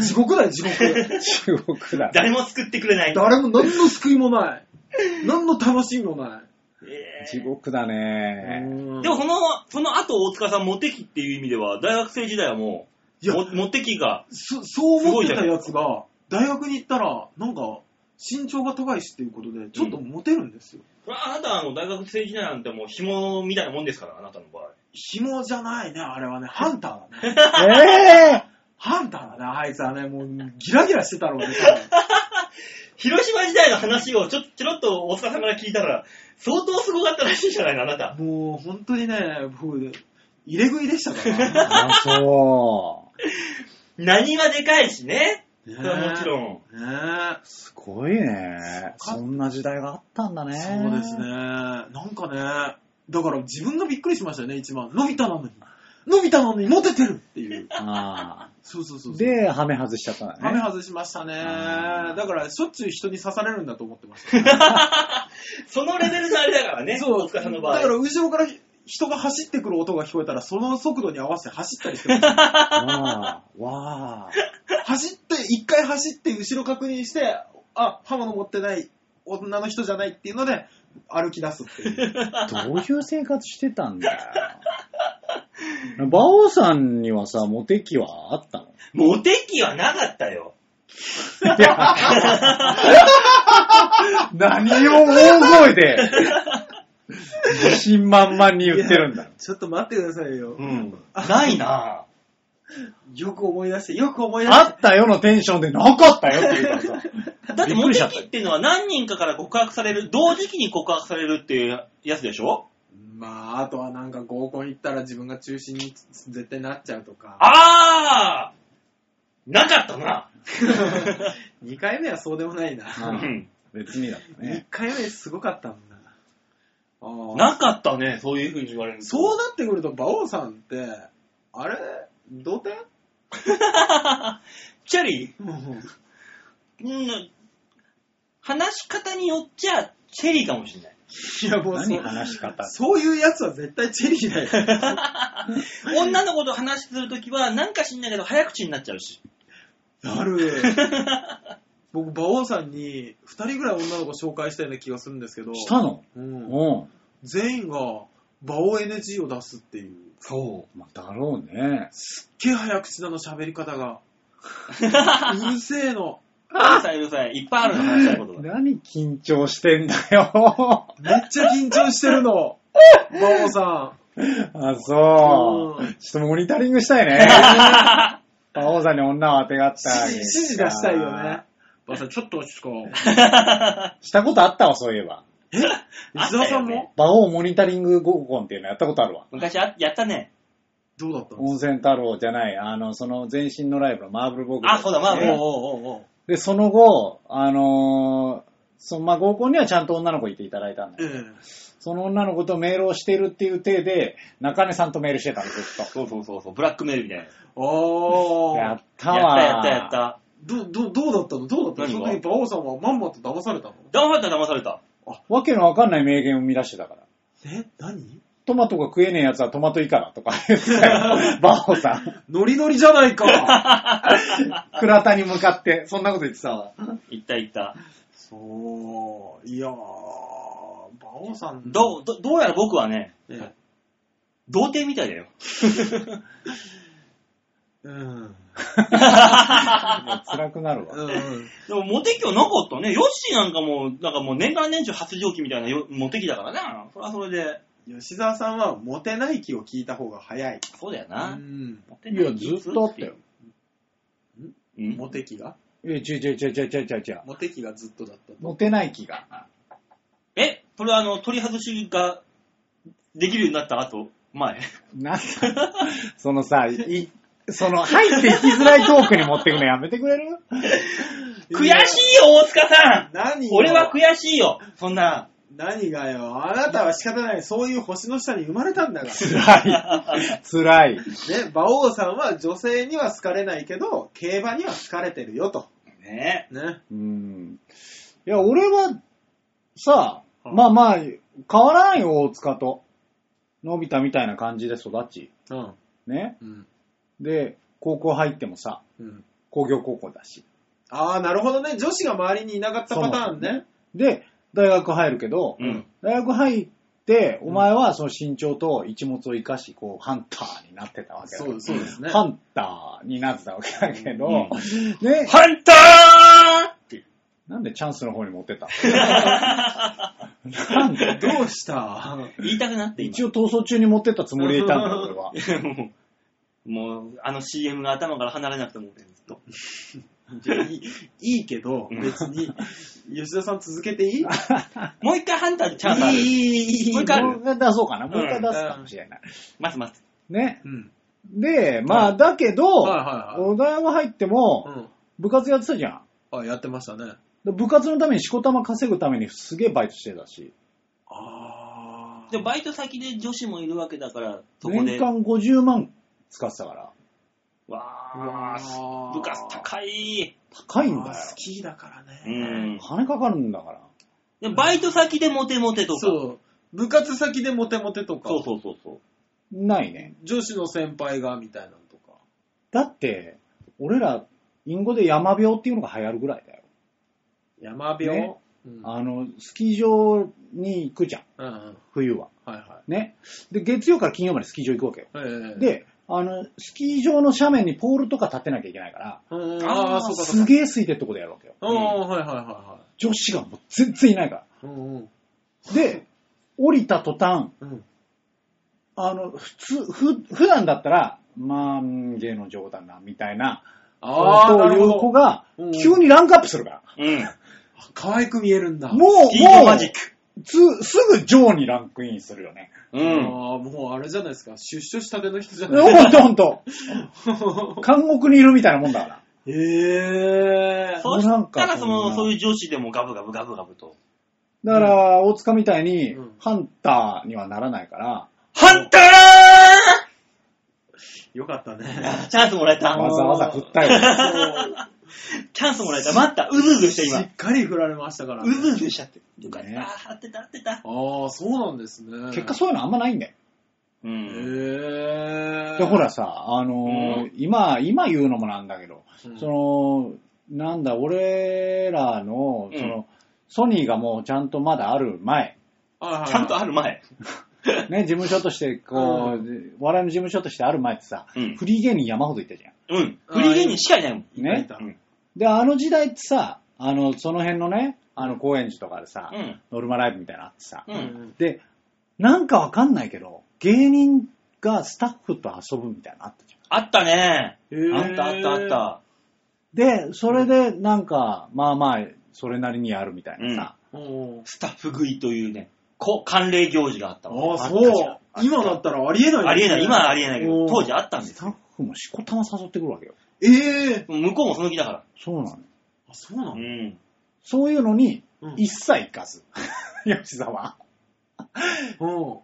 C: 地獄だよ、地獄。
A: 中国だ。
B: 誰も救ってくれない。
C: 誰も何の救いもない。何の楽しみもな
B: えー
A: 地獄だ
C: い。
A: ね。
C: うん
B: でもその、その後大塚さん、モテキっていう意味では、大学生時代はも、
C: いうや、
B: もモテキが、
C: そそう思ってたやつが、大学に行ったら、なんか、身長が高いしっていうことで、ちょっとモテるんですよ。
B: これあなたはあの大学生時代なんてもう紐みたいなもんですから、あなたの場合。
C: 紐じゃないね、あれはね。ハンターだね。
A: え
C: ハンターだね、あいつはね、もうギラギラしてたろうね。多分
B: 広島時代の話をちょ、ちょろっと大塚さんから聞いたら、相当すごかったらしいじゃないの、あなた。
C: もう本当にね、僕、入れ食いでしたから
A: ぇ、ー、 あ、そう。
B: 何はでかいしね。
C: ね。
B: それはもちろん。
C: ん。ね
A: すごいね。そんな時代があったんだね。
C: そうですね。。なんかね、だから自分がびっくりしましたよね、一番。のび太なのに。のび太なのにモテてるっていう。
A: あ
C: そうそうそう
A: ー
C: そう。
A: で、ハメ外しちゃったんだね。
C: ハメ外しましたね。
A: あー
C: だから、しょっちゅう人に刺されるんだと思ってました。
B: そのレベルのあれだからね、大塚さんの場
C: だから、
B: 合。
C: 後ろから人が走ってくる音が聞こえたら、その速度に合わせて走ったりしてました。
A: わあ、わあ。
C: 走って、一回走って、後ろ確認して、あ、刃物持ってない、女の人じゃないっていうので、歩き出すっていう。
A: どういう生活してたんだよ。馬王さんにはさ、モテ期はあったの
B: モテキはなかったよ。
A: 何を大声で、自信満々に言ってるんだ。
C: ちょっと待ってくださいよ
B: う。ん。ないな
C: よく思い出して、よく思い出して。
A: あったよのテンションでなかったよって言うからさ。
B: だってモテキっていうのは何人かから告白される、同時期に告白されるっていうやつでしょ
C: まあ、あとはなんか合コン行ったら自分が中心に絶対なっちゃうと か。
B: あーなかったな。
C: 2回目はそうでもないな。
A: うん別にだった
C: 1
A: ね。
C: 回目すごかったもんな。ああ。
B: なかったね、そういう風に言われると
C: そうなってくると、馬王さんって、あれ、童貞
B: チャリ
C: うん
B: うん、話し方によっちゃ、チェリーかもしれない。
C: いや、もう
A: 何
C: そう、
A: 話し方
C: そういうやつは絶対チェリーだ よ。
B: 女の子と話するときは、なんか知んないけど、早口になっちゃうし。
C: なる。 僕、馬王さんに2人ぐらい女の子紹介したような気がするんですけど、
A: したの
C: うん、
A: うん。
C: 全員が馬王 NG を出すっていう。
B: そ
A: まあ、だろうね。
C: すっげえ早口なの喋り方が。うるせえ
B: う。
C: の。
B: うるさい、うるさい。いっぱいあるの、話したい ことが。
A: 何緊張してんだよ。
C: めっちゃ緊張してるの。馬王さ。
A: あ、そううんちょっとモニタリングしたいね。馬王さんに女をあてがっ
C: ん。
A: たり。
C: 指示出したいよね。。馬王さん、ちょっと落ち着こう。
A: したことあったわ、そういえば。
C: 石
B: あ
C: 田さんも、
B: ったよね
A: 馬王モニタリング合コンっていうのやったことあるわ。
B: 昔あ、やったね。
C: どうだったんです
A: 温泉太郎じゃない、あの、その前身のライブのマーブルボーグ。
B: あ、そうだ、まあ、
C: か
B: もう。
C: おうおうおうおう
A: で、その後、あのーそのまあ、合コンにはちゃんと女の子いていただいたんだけど、
C: え
A: その女の子とメールをしているっていう体で、中根さんとメールしてたの、ずっ
B: そうそうそうそう、ブラックメールみたいな。
C: え
A: と。や
C: ああ
A: っ。たわ。
B: やったやったやった。
C: ど、ど、どうだったのどうだった
B: 何
C: のその
B: が
C: 時、馬王さんはまんまと騙されたの
B: 騙された、騙された。
A: わけのわかんない名言を生み出してたから。
C: え何
A: トマトが食えねえやつはトマト以下だとか 言ってたよ。バオさん。
C: ノリノリじゃないか
A: 倉田に向かって、そんなこと言ってたわ。
B: いったいった。
C: そう、いやー、馬王さん。
B: どう、どどうやら僕はね、
C: え
B: 童貞みたいだよ。
C: えうん。
A: 辛くなるわ。
C: うん。
B: でも、モテ期はなかったね。ヨッシーなんかもう、なんかもう年間年中発情期みたいなよモテ期だからな。それはそれで。
C: 吉沢さんはモテない気を聞いた方が早い。
B: そうだよ
C: う
B: な。
C: ん。
B: モテない
A: いやずっとあったよ
B: うん。
C: モテ期が
A: え、ちょいちょいちょいちょいちょいちょいちょい。
C: モテ期がずっとだった。
A: モテない気が。
B: え、それはあの、取り外しができるようになった後、前。
A: なんだ、そのさ、い、その、入っていきづらいトークに持ってくのやめてくれる
B: 悔しいよ、大塚さん
C: 何よ
B: 俺は悔しいよそんな。
C: 何がよ。あなたは仕方ない。そういう星の下に生まれた んだから。
A: 辛い。辛い。
C: ね、馬王さんは女性には好かれないけど、競馬には好かれてるよと。
B: ね
C: ね。
A: うん。いや、俺は、さ、
C: あ
A: まあまあ、変わらないよ、大塚と。のび太みたいな感じで育ち。
C: うん。
A: ね。
C: うん。
A: で、高校入ってもさ、
C: うん。
A: 工業高校だし。
C: ああ、なるほどね。女子が周りにいなかったパターンね。
A: で、大学入るけど、
B: え。うん。
A: 大学入って、お前はその身長と一物を生かし、こう、ハンターになってたわけだ
C: そうそうですね。
A: ハンターになってたわけだけど、
B: うん
A: ね、
B: ハンターって。
A: なんでチャンスの方に持ってった のなんで
C: どうした
B: 言いたくなって、
A: 一
B: 一応。
A: 応逃走中に持ってったつもりでいたんだよ、俺は。
B: もう、 もうあの CM が頭から離れなくても、ずっと。
C: いやいいいいけど、別に、吉田さん続けていい
B: もう一回ハンターでチャンスある。
C: いいいいいい
B: もう一回あ
A: も
B: る。
A: う一回出そうかな。もう一回出すかもしれない。
B: 待つ待つ。
A: ね。
C: うん。
A: で、まあ、だけど、
C: はいは
A: お台場入って
C: い
A: も、
C: はい。
A: 部活やってたじゃん。
C: うん。あ、やってましたね。
A: で部活のためにしこたま稼ぐためにすげえバイトしてたし、
C: あ
B: で、バイト先で女子もいるわけだから、そこ
A: 年
B: で。
A: 間50万使ってたから、
B: わー、
C: あ
B: 部活高い。
A: 高いんだよ。
C: スキーだからね。
B: うん。
A: 金かかるんだから。
B: で、バイト先でモテモテとか。
C: そう。部活先でモテモテとか、
B: そうそうそうそう。
A: ないね。
C: 女子の先輩がみたいなのとか。
A: だって、俺ら、隠語で山病っていうのが流行るぐらいだよ。
C: 山病、
A: ね
C: うん。
A: あの、スキー場に行くじゃん、
C: うんうん。
A: 冬は。
C: はいは
A: ね。で、月曜から金曜までスキー場行くわけよ。
C: い。ええ、
A: で、あの、スキー場の斜面にポールとか立てなきゃいけないから、
C: うん
B: あ
C: あ
B: ー
C: あ、そうかそう
A: す
C: か。
A: げえ空いてるとこでやるわけよ。
C: うん、はいはいはいは
A: 女子がもう全然いないか
C: い。うんうん。
A: ら。で、降りた途端、
C: うん。
A: あの、普通、ふ、普段だったら、まあ、うん芸能上だな、みたいな、
C: ああ、
A: こ
C: な
A: うい
C: る
A: う
C: ほ
A: 子
C: ど。
A: が
C: うん、
A: 急にランクアップするから。
B: うん。
C: 可愛く見えるんだ。
A: もう、も
B: スピードマジッ
A: う、
B: ク。
A: つ、すぐ上にランクインするよね。
B: うん。
C: ああ、もうあれじゃないですか。出所したての人じゃない
A: ほんとほ んと。監獄にいるみたいなもんだから。
C: へえ。
B: そう
A: もうなん
B: し
A: か
B: たら、そ
A: そん
B: の、
A: な
B: そういう上司でもガブガブガブガブと。
A: だから、大塚みたいに
C: うん、
A: ハンターにはならないから、
B: ハンターよかったね。チャンスも らえた。
A: わざわざ振ったよ。
B: チャンスもらえた。待った。うずうずして
C: し
B: 今。
C: っかり振られましたから
B: う
C: ね、
B: ずうずしちゃって。よかっ
A: ね
B: た。合ってた、合ってた。
C: ああ、そうなんですね。
A: 結果そういうのあんまないんだよ。
B: う
C: へ
B: ん。
C: え
A: でほらさ、あのー
B: うん
A: 今、今言うのもなんだけど、
C: うん
A: その、なんだ、俺らの、その、
B: う
A: ソニーがもうちゃんとまだある 前、
C: はいはいはい
B: ちゃんとある前。
A: ね、事務所として、こう、笑いの事務所としてある前ってさ、
B: うん。
A: フリー芸人山ほどいたじゃん。
B: うん。フリー芸人しかいないもん。
A: ね
B: う。ん。
A: で、あの時代ってさ、あの、その辺のね、あの、高円寺とかでさ、
B: うん。
A: ノルマライブみたいなのあってさ、
B: う。
C: うんん。
A: で、なんかわかんないけど、芸人がスタッフと遊ぶみたいなのあったじゃん。
B: あったね。
C: へー
B: あったあったあっ。た。
A: で、それで、なんか、まあまあ、それなりにやるみたいなさ、
C: うん
B: スタッフ食いというね、こ慣例行事があったわ
C: ああ、
A: あったじゃん
C: そう。今だったらありえない、
B: ありえない、今はありえないけど、
C: うん
B: 当時あったんで
A: ス
B: す
A: タ
B: よ。
A: ッフもしこたま誘ってくるわけよ。
C: ええ
B: 向こうもその気だか
A: そうなの。
C: あ、そうな
B: ら。う
C: の、
B: ん。
A: そういうのに、
C: うん
A: 一切行かず。 吉沢。
C: うん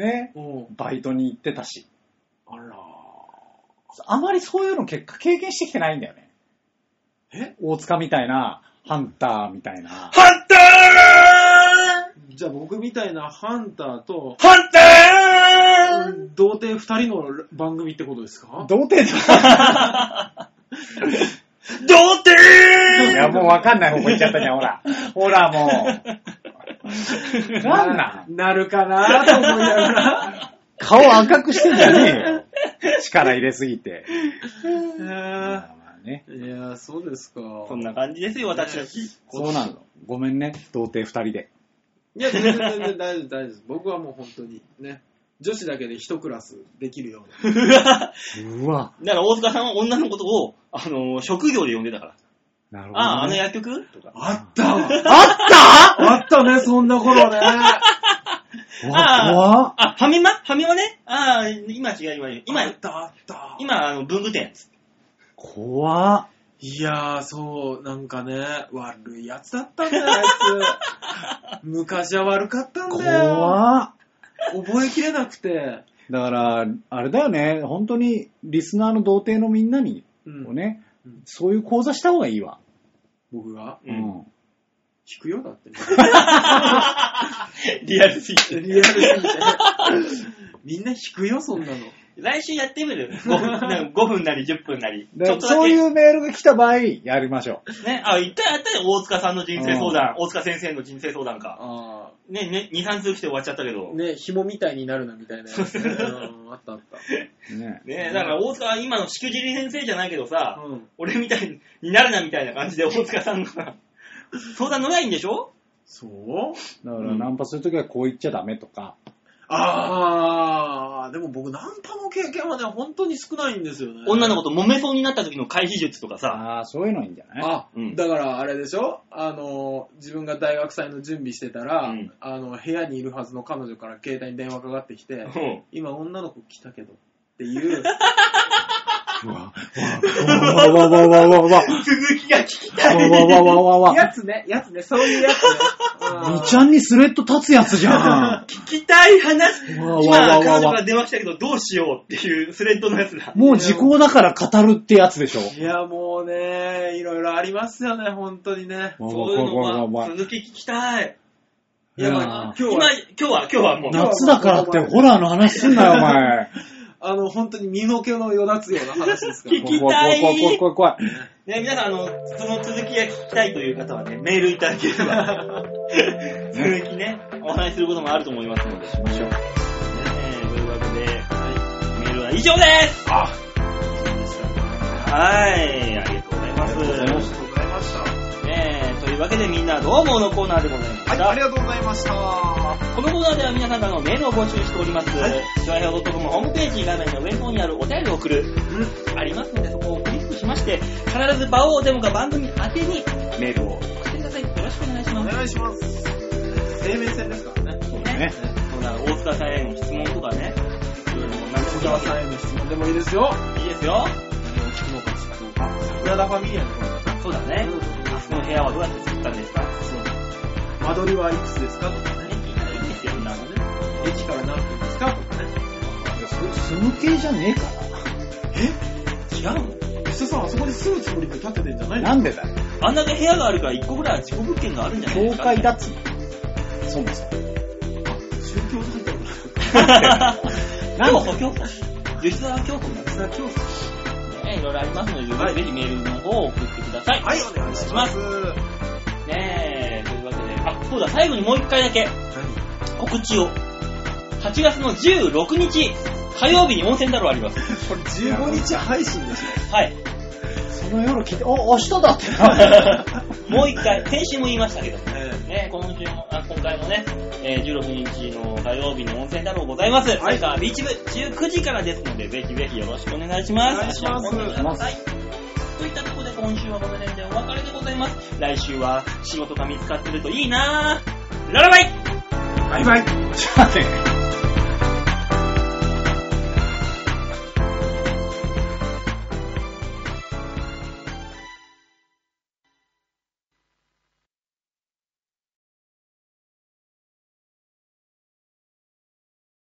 A: ね。
C: うん。
A: バイトに行ってたし。
C: あら
A: あまりそういうの結果経験してきてないんだよね。
C: え
A: 大塚みたいな、ハンターみたいな。
B: ハンター
C: ーじゃあ僕みたいなハンターと、
B: ハンター
C: 童貞二人の番組ってことですか
A: 童貞だ。
B: 童
A: いや、
B: 貞
A: もうわかんない方向行っちゃったじゃん、ほら。ほら、もう。なんなん
C: なるかなと思いながら。
A: 顔赤くしてんじゃねえよ。力入れすぎて。ま
C: へ
A: あまあね。
C: えいやー、そうですか。
B: そんな感じですよ、私たち。
A: そうなの。ごめんね、童貞二人で。
C: いや、全然全然大丈夫、大丈夫です。僕はもう本当にね、女子だけで一クラスできる よう
A: うわ。
B: だから大塚さんは女のことを、あのー職業で呼んでたから。
A: なるほど、ね。
B: ああ、あの薬局とか。
C: な。あった
A: あ
C: あったね、そんな頃ね。
A: ったう
B: あー
A: わ、怖っ
B: あ、ファミマファミマね。ああ、今違う、今違う。今
C: あ、った、あった。
B: 今、あの、文具店。
A: 怖っ
C: いやー、そう、なんかね、悪いやつだったんだよ、あいつ。昔は悪かったんだよ。
A: 怖っ
C: 覚えきれなくて。
A: だから、あれだよね、本当にリスナーの童貞のみんなに、
C: うん
A: こうね
C: うん、
A: そういう講座した方がいいわ。
C: 僕が
A: う
B: うんん。
C: 聞くよ、だって。
B: リアルすぎて。
C: リアルすぎて。みんな引くよ、そんなの。
B: 来週やってみる ?5 分なんか5分なり10分なり。
A: で
B: ちょっとだけ。
A: そういうメールが来た場合、やりましょう。
B: ね、あ、一回やったよ。大塚さんの人生相談。大塚先生の人生相談か。
C: あ
B: ね、ね、2、3通来て終わっちゃったけど。
C: あ。ね、紐みたいになるな、みたいなやつね。うん、あったあっ
A: ね、
B: ね、だから大塚は今のしくじり先生じゃないけど
C: た。
B: さ、
C: うん。
B: 俺みたいになるなみたいな感じで大塚さんが相談乗らないんでしょ
C: そう
A: だからナンパするときはこう言っちゃダメとか、
C: ああ、でも僕、ナンパの経験はね、本当に少ないんですよね。
B: 女の子と揉めそうになった時の回避術とかさ。
A: ああ、そういうのいいんじゃない
C: あ、
B: うん
C: だからあれでしょあの、自分が大学祭の準備してたら、
B: うん
C: あの、部屋にいるはずの彼女から携帯に電話かかって きて、
B: うん
C: 今女の子来たけど、っていう、
A: うわうわうわうわうわうわうわうわうわ
B: 続きが聞きたい。
A: うわうわうわう
C: や
A: わ
C: つね、やつね、そういうやつね。
A: みちゃんにスレッド立つやつじゃん。
B: 聞きたい話。
A: う
B: 今
A: わうわうわうわ、
B: 彼女が電話来たけど、どうしようっていうスレッドのやつだ。
A: もう時効だから語るってやつでしょ。
C: いや、もうね、いろいろありますよね、本当にね。
B: そういうのが続き聞きたい。
C: いや、まあ、今日は、
B: 今、今日は、今日はもう。
A: 夏だからってホラーの話すんなよ、お前。
C: あの、本当に身の毛のよだつような話です から。
B: 聞きたい
A: 怖い怖い怖い怖い怖い。
B: ね、皆さん、あの、その続きが聞きたいという方はね、メールいただければ、 続きね、お話しすることもあると思いますので、しましょう。ね、というわけで、メールは以上です
C: あ、そうでしたね。
B: はい、ありがとうございま
C: ありがとうございまし
B: す。
C: た。ありがとうございました。
B: ねというわけでみんなどうものコーナーでございました。
C: はい、ありがとうございました。
B: このコーナーでは皆さんからのメールを募集しております。
C: はい
B: ドアヘアドットコムホームページ画面の上の方にあるお便りを送る、ありますので、そこをクリックしまして、必ず場をデモか番組宛てにメールを送ってください。よろしくお願いし
C: お
B: ます。
C: 願いします。生命線ですからね。
B: そう
A: ね。
B: そうだ、大塚さんへの質問とかね、いろいろもう何でもいい
C: 小
B: わ
C: 田さん
B: け
C: への質問でもいいですよ。
B: いいですよ。
C: 聞くのか聞くのか。桜田ファミリアの方が
B: そうだね。あそこの部屋はどうやって作ったんですか
C: そう間取りはいくつですかとか
B: 何
C: ね。
B: 聞いたらいいんですよ、みんなもね。
C: 駅から何分ですかとかね。
A: 住む系じゃねえから。
B: え違うの
C: そさん、あそこでスーツ売りで立っててんじゃない
A: な
C: の
A: んでだよ。
B: あんだけ部屋があるから一個ぐらいは事故物件があるんじゃないで
A: 教
B: すか、
A: 会だっつうのそもそも。
C: 宗教団体だ
B: 競争、競争。吉沢競争だ
C: から今日
B: ね、いろいろありますので、ぜひメールの方を送ってください。
C: はい、お願いします。
B: ねえ、というわけで、あ、そうだ、最後にもう一回だけ告知を。8月の16日、火曜日に温泉太郎あります。
C: これ15日配信ですよ。
B: はい。
A: その夜聞いて、お、明日だってな。
B: もう一回、先週も言いましたけど、
C: え
B: ね、今週も、あ今回もね、えー16日の火曜日に温泉太郎ございます。
C: は
B: セ
C: い
B: ンタービーチ部19時からですので、ぜひぜひよろしくお願いします。
C: お願いします
B: 足をお越しくださいといったところで今週はこの辺でお別れでございます。来週は仕事が見つかってるといいなぁ。ララバイ
C: ーバイバイ。
A: ちょっと待って